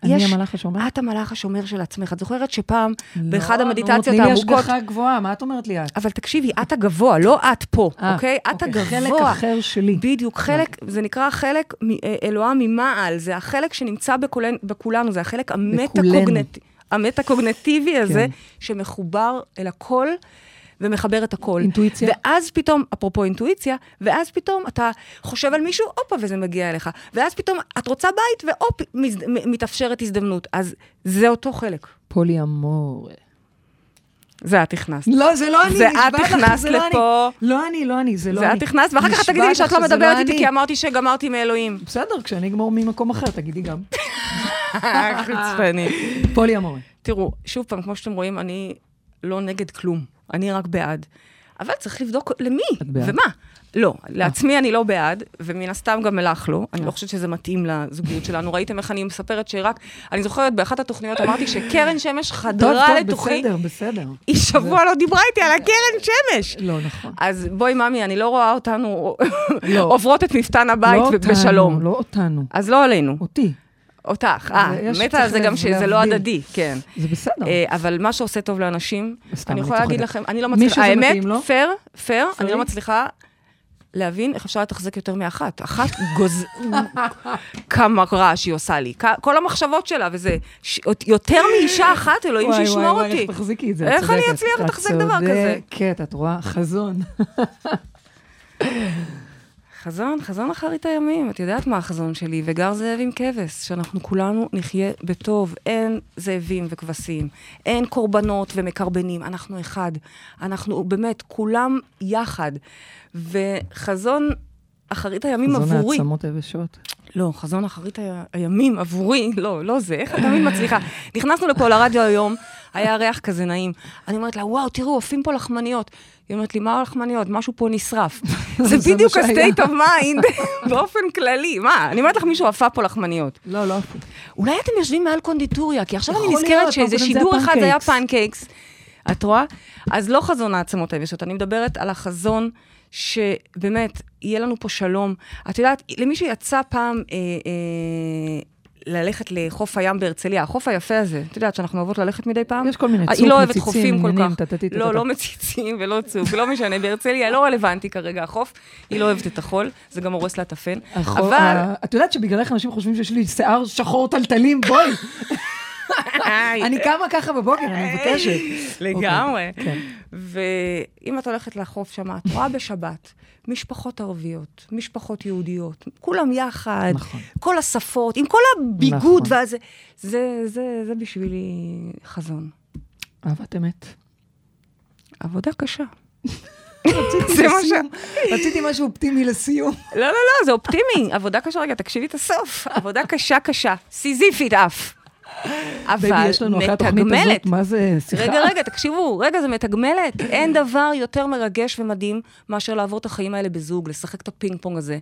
אני
יש-
המלאך השומר?
את המלאך השומר של עצמך. את זוכרת שפעם, באחד
לא, נו,
המדיטציות
תני לי
הארוכות...
השגחה גבוהה, מה את אומרת לי את?
אבל תקשיבי, את הגבוה, לא את פה,
אה,
אוקיי? את הגבוה.
חלק אחר שלי. אה.
בדיוק, חלק, זה נקרא חלק מ- אה, אלוה ממעל, זה החלק שנמצא בכולנו, בכולנו זה החלק המטה-קוגנט- המטה-קוגנטיבי הזה,
כן.
שמחובר אל הכל ומחבר את הכל.
אינטואיציה.
ואז פתאום, אפרופו אינטואיציה, ואז פתאום אתה חושב על מישהו, הופה, וזה מגיע אליך. ואז פתאום את רוצה בית, והופ, מזד- מ- מתאפשרת הזדמנות. אז זה אותו חלק.
פולי אמור.
זה את הכנסת.
לא, זה לא אני,
זה
נשבע
את
לך,
הכנסת
זה לא
לפה.
אני. לא אני, לא אני, זה לא אני.
זה את נכנסת, ואחר כך את
נשבע
תגידי לי שאת
לך
לא
שזה
מדברת איתי,
אני.
כי אמרתי שגמרתי מאלוהים.
בסדר, כשאני אגמור ממקום אחר, תגידי גם.
חוצפנית.
פולי אמור.
תראו, שוב פעם, כמו שאתם רואים, אני לא נגד כלום, אני רק בעד. אבל צריך לבדוק למי
את בעד? אה.
ומה. לא, לעצמי אני לא בעד, ומן הסתם גם מלאך לא. אני לא חושבת שזה מתאים לזוגיות שלנו. ראיתם איך אני מספרת שרק... אני זוכרת באחת התוכניות אמרתי שקרן שמש
טוב,
חדרה
טוב,
לתוכי.
בסדר, בסדר.
היא שבוע לא דיברה איתי על הקרן שמש.
לא נכון.
אז בואי, ממי, אני לא רואה אותנו
לא.
עוברות את מפתן הבית
לא אותנו,
בשלום.
לא אותנו,
אז לא עלינו,
אותי.
אותך. אה,
יש-
מתה על זה
צריך
גם שזה לא
להבדיל.
הדדי, כן.
זה בסדר.
אה, אבל מה שעושה טוב לאנשים,
סתם,
אני
אני
יכולה להגיד
צוחקת.
לכם, אני לא
מי שזה
מצליחה, האמת,
מתאים לו.
פייר, פייר, אני
פיירי.
לא מצליחה להבין איך אפשר לתחזק יותר מאחת. אחת גוז... כמה רעש היא עושה לי, כ- כל המחשבות שלה וזה, ש- יותר מאישה אחת, אלוהים
וואי,
שישמור
וואי, וואי,
אותי.
איך תחזיקי את זה, את
איך אני
צודקת.
אצליח לתחזק דבר כזה?
את צודקת, את רואה? חזון.
חזון, חזון אחרית הימים, את יודעת מה החזון שלי, וגר זאב עם כבש, שאנחנו כולנו נחיה בטוב, אין זאבים וכבשים, אין קורבנות ומקרבנים, אנחנו אחד, אנחנו באמת, כולם יחד. וחזון אחרית הימים
חזון
עבורי,
העצמות היבשות.
לא, חזון אחרית ה- הימים עבורי, לא, לא זה, איך את תמיד מצליחה. נכנסנו לפה לרדיו היום, היה ריח כזה נעים. אני אומרת לה, וואו, תראו, עופים פה לחמניות. היא אומרת לי, מה לחמניות? משהו פה נשרף. זה
זה מה
בדיוק
שהיה.
ה-state of mind באופן כללי. מה, אני אומרת לך, מישהו עפה פה לחמניות.
לא, לא.
אולי אתם יושבים מעל קונדיטוריה, כי עכשיו אני
יכול
נזכרת
להיות,
שאיזה
אבל זה היה
שידור אחד זה היה
פנקייקס.
פנקייקס. את רואה? אז לא חזון העצמות היבשות, אני מדברת על החזון שבאמת, יהיה לנו פה שלום. את יודעת, למי שיצא פעם אה, אה, ללכת לחוף הים בהרצליה, החוף היפה הזה, את יודעת שאנחנו אוהבות ללכת מדי פעם?
יש כל מיני
אה,
צוק,
היא לא אוהבת
מציצים,
חופים כל
עניינים,
כך.
טטטטטטט.
לא, לא מציצים ולא צוק, לא משנה, בהרצליה לא רלוונטי כרגע החוף, היא לא אוהבת את החול, זה גם הורס לה את הפן. אבל...
אבל... אה, את יודעת שבגללך אנשים חושבים שיש לי שיער שחור טלטלים, בואי.
איי.
אה, אני קמה ככה בבוקר, אני מבקשת.
לגמרי.
אוקיי, כן.
ואם את הולכת לחוף שם, את רואה בשבת משפחות ערביות, משפחות יהודיות, כולם יחד,
נכון.
כל השפות, עם כל הביגוד
נכון.
והזה. זה, זה, זה בשבילי חזון.
אהבת אמת.
עבודה קשה.
רציתי
זה מה ש-
לסיום, רציתי משהו אופטימי לסיום.
לא, לא, לא, זה אופטימי. עבודה קשה, רגע, תקשיבי את הסוף. עבודה קשה קשה, סיזיפית אף.
בייבי,
אבל
יש לנו אחרי התוכנית
מתגמלת.
הזאת, מה זה שיחה?
רגע, רגע, תקשיבו, רגע, זה מתגמלת. אין דבר יותר מרגש ומדהים מאשר לעבור את החיים האלה בזוג, לשחק את הפינג פונג הזה.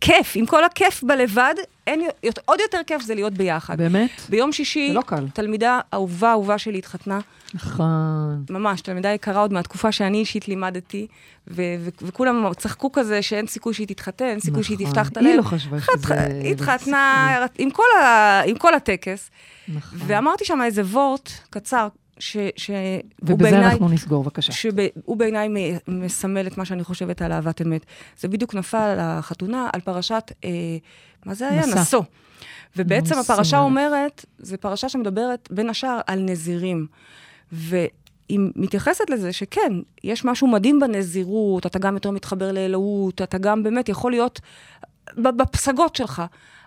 כיף, עם כל הכיף בלבד, אין, י- עוד יותר כיף זה להיות ביחד.
באמת?
ביום שישי,
זה לא קל.
תלמידה אהובה אהובה שלי התחתנה,
נכון.
ממש, תלמידה יקרה עוד מהתקופה שאני אישית לימדתי, ו- ו- וכולם צחקו כזה שאין סיכוי שהיא תתחתן, אין סיכוי שהיא
נכון.
תפתח את הלב.
היא לא חשבה שזה-
היא התחתנה עם כל, ה- עם כל הטקס,
נכון.
ואמרתי שם איזה וורט קצר, ש- שהוא
ובזה
בעיניי...
אנחנו נסגור, בבקשה.
שהוא בעיניי מ- מסמל את מה שאני חושבת על אהבת אמת. זה בדיוק נפל על החתונה, על פרשת, אה, מה זה היה?
נשא.
נסו. ובעצם
נו,
הפרשה
סימן.
אומרת, זו פרשה שמדברת בין השאר על נזירים. והיא מתייחסת לזה שכן, יש משהו מדהים בנזירות, אתה גם יותר מתחבר לאלוהות, אתה גם באמת יכול להיות ב- בפסגות שלך.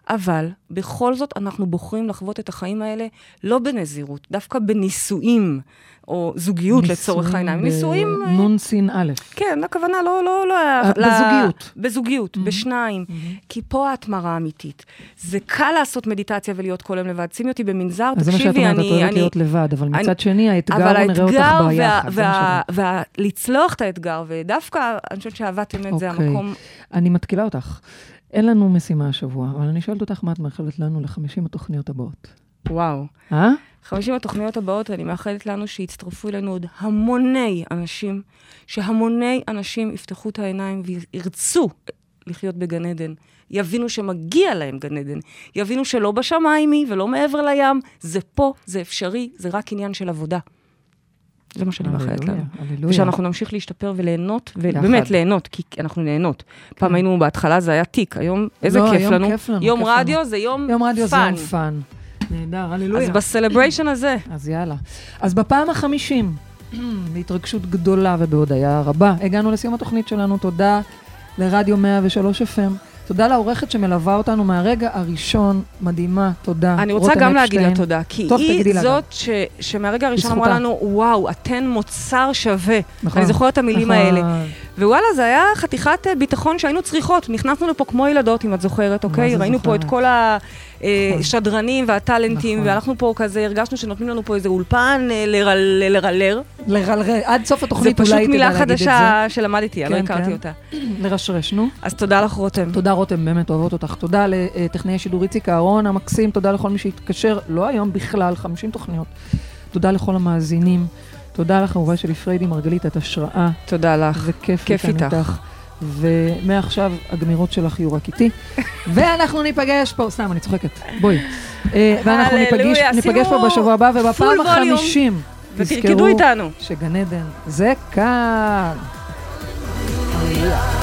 אבל בכל זאת אנחנו בוחרים לחוות את החיים האלה לא בנזירות, דווקא בנישואים, או זוגיות לצורך העניין. נישואים, אה,
נון סין א'.
כן, הכוונה לא, לא, לא...
אה,
ל-
בזוגיות. Mm-hmm.
בזוגיות, בשניים. כי פה ההתמרה האמיתית. זה קל לעשות מדיטציה ולהיות כל היום לבד. שימי אותי במנזר,
אז זה מה שאת
תקשיבי,
אומרת, את
אני...
אוהבת
אני-
להיות לבד, אבל
אני-
מצד שני, האתגר, הוא
אבל
נראה אותך
האתגר וה-
ביחד. זה מה שאת
וה-
אומרת.
וה- לצלוח את האתגר, ודווקא, אני חושבת שאהבת אמת זה
אוקיי.
המקום...
אני מתקילה אותך. אין לנו משימה השבוע, אבל אני שואלת אותך מה את מאחלת לנו ל-50 התוכניות הבאות.
וואו.
אה?
50 התוכניות הבאות, אני מאחלת לנו שיצטרפו אלינו עוד המוני אנשים, שהמוני אנשים יפתחו את העיניים וירצו לחיות בגן עדן. יבינו שמגיע להם גן עדן. יבינו שלא בשמיים היא ולא מעבר לים, זה פה, זה אפשרי, זה רק עניין של עבודה. זה מה שאני מאחלת לנו.
הללויה.
ושאנחנו נמשיך להשתפר וליהנות,
יחד.
ובאמת ליהנות, כי אנחנו נהנות. פעם היינו בהתחלה, זה היה תיק, היום איזה
לא,
כיף
היום
לנו.
כיף לנו,
יום
כיף
רדיו
לנו.
זה יום
יום רדיו זה
פאן.
יום פאן. נהדר,
אז
הללויה.
בסלבריישן הזה,
אז יאללה. אז בפעם החמישים, בהתרגשות גדולה ובהודיה רבה, הגענו לסיום התוכנית שלנו. תודה לרדיו 103 FM. תודה לעורכת שמלווה אותנו מהרגע הראשון, מדהימה, תודה.
אני רוצה
רותם
גם להגיד
אפשטיין.
לה תודה, כי
טוב, תגידי
היא
לה
זאת ש- שמהרגע הראשון
בזכותה.
אמרה לנו, וואו, אתן מוצר שווה.
נכון.
אני זוכרת את המילים
נכון.
האלה. ווואלה, זה היה חתיכת אה, ביטחון שהיינו צריכות. נכנסנו לפה כמו ילדות, אם את זוכרת, אוקיי?
זה
ראינו פה את
זוכרת.
כל אה,
נכון.
השדרנים והטאלנטים,
נכון.
והלכנו פה כזה, הרגשנו שנותנים לנו פה איזה אולפן אה, לרל- לרלר.
לרלרל, עד סוף
זו
התוכנית
פשוט
אולי תדע
מילה
להגיד את זה.
חדשה שלמדתי, אני לא
כן, כן.
הכרתי אותה.
לרשרש, נו.
אז תודה לך, רותם.
תודה רותם, באמת אוהבות אותך. תודה לטכנאי השידור איציק אהרון המקסים, תודה לכל מי שהתקשר, לא היום בכלל, 50 תוכניות. תודה לכל המאזינים. תודה לך, אהובה שלי פריידי מרגלית, את השראה,
תודה לך.
וכיף לי
כיף
כאן
איתך.
איתך. ומעכשיו הגמירות שלך יהיו רק איתי. ואנחנו ניפגש פה, סתם, אני צוחקת, בואי. אה, ואנחנו
הללויה,
ניפגש,
שימו
ניפגש פה בשבוע הבא, ובפעם
full volume,
החמישים,
ותרקדו איתנו.
שגן עדן זה כאן. הללויה.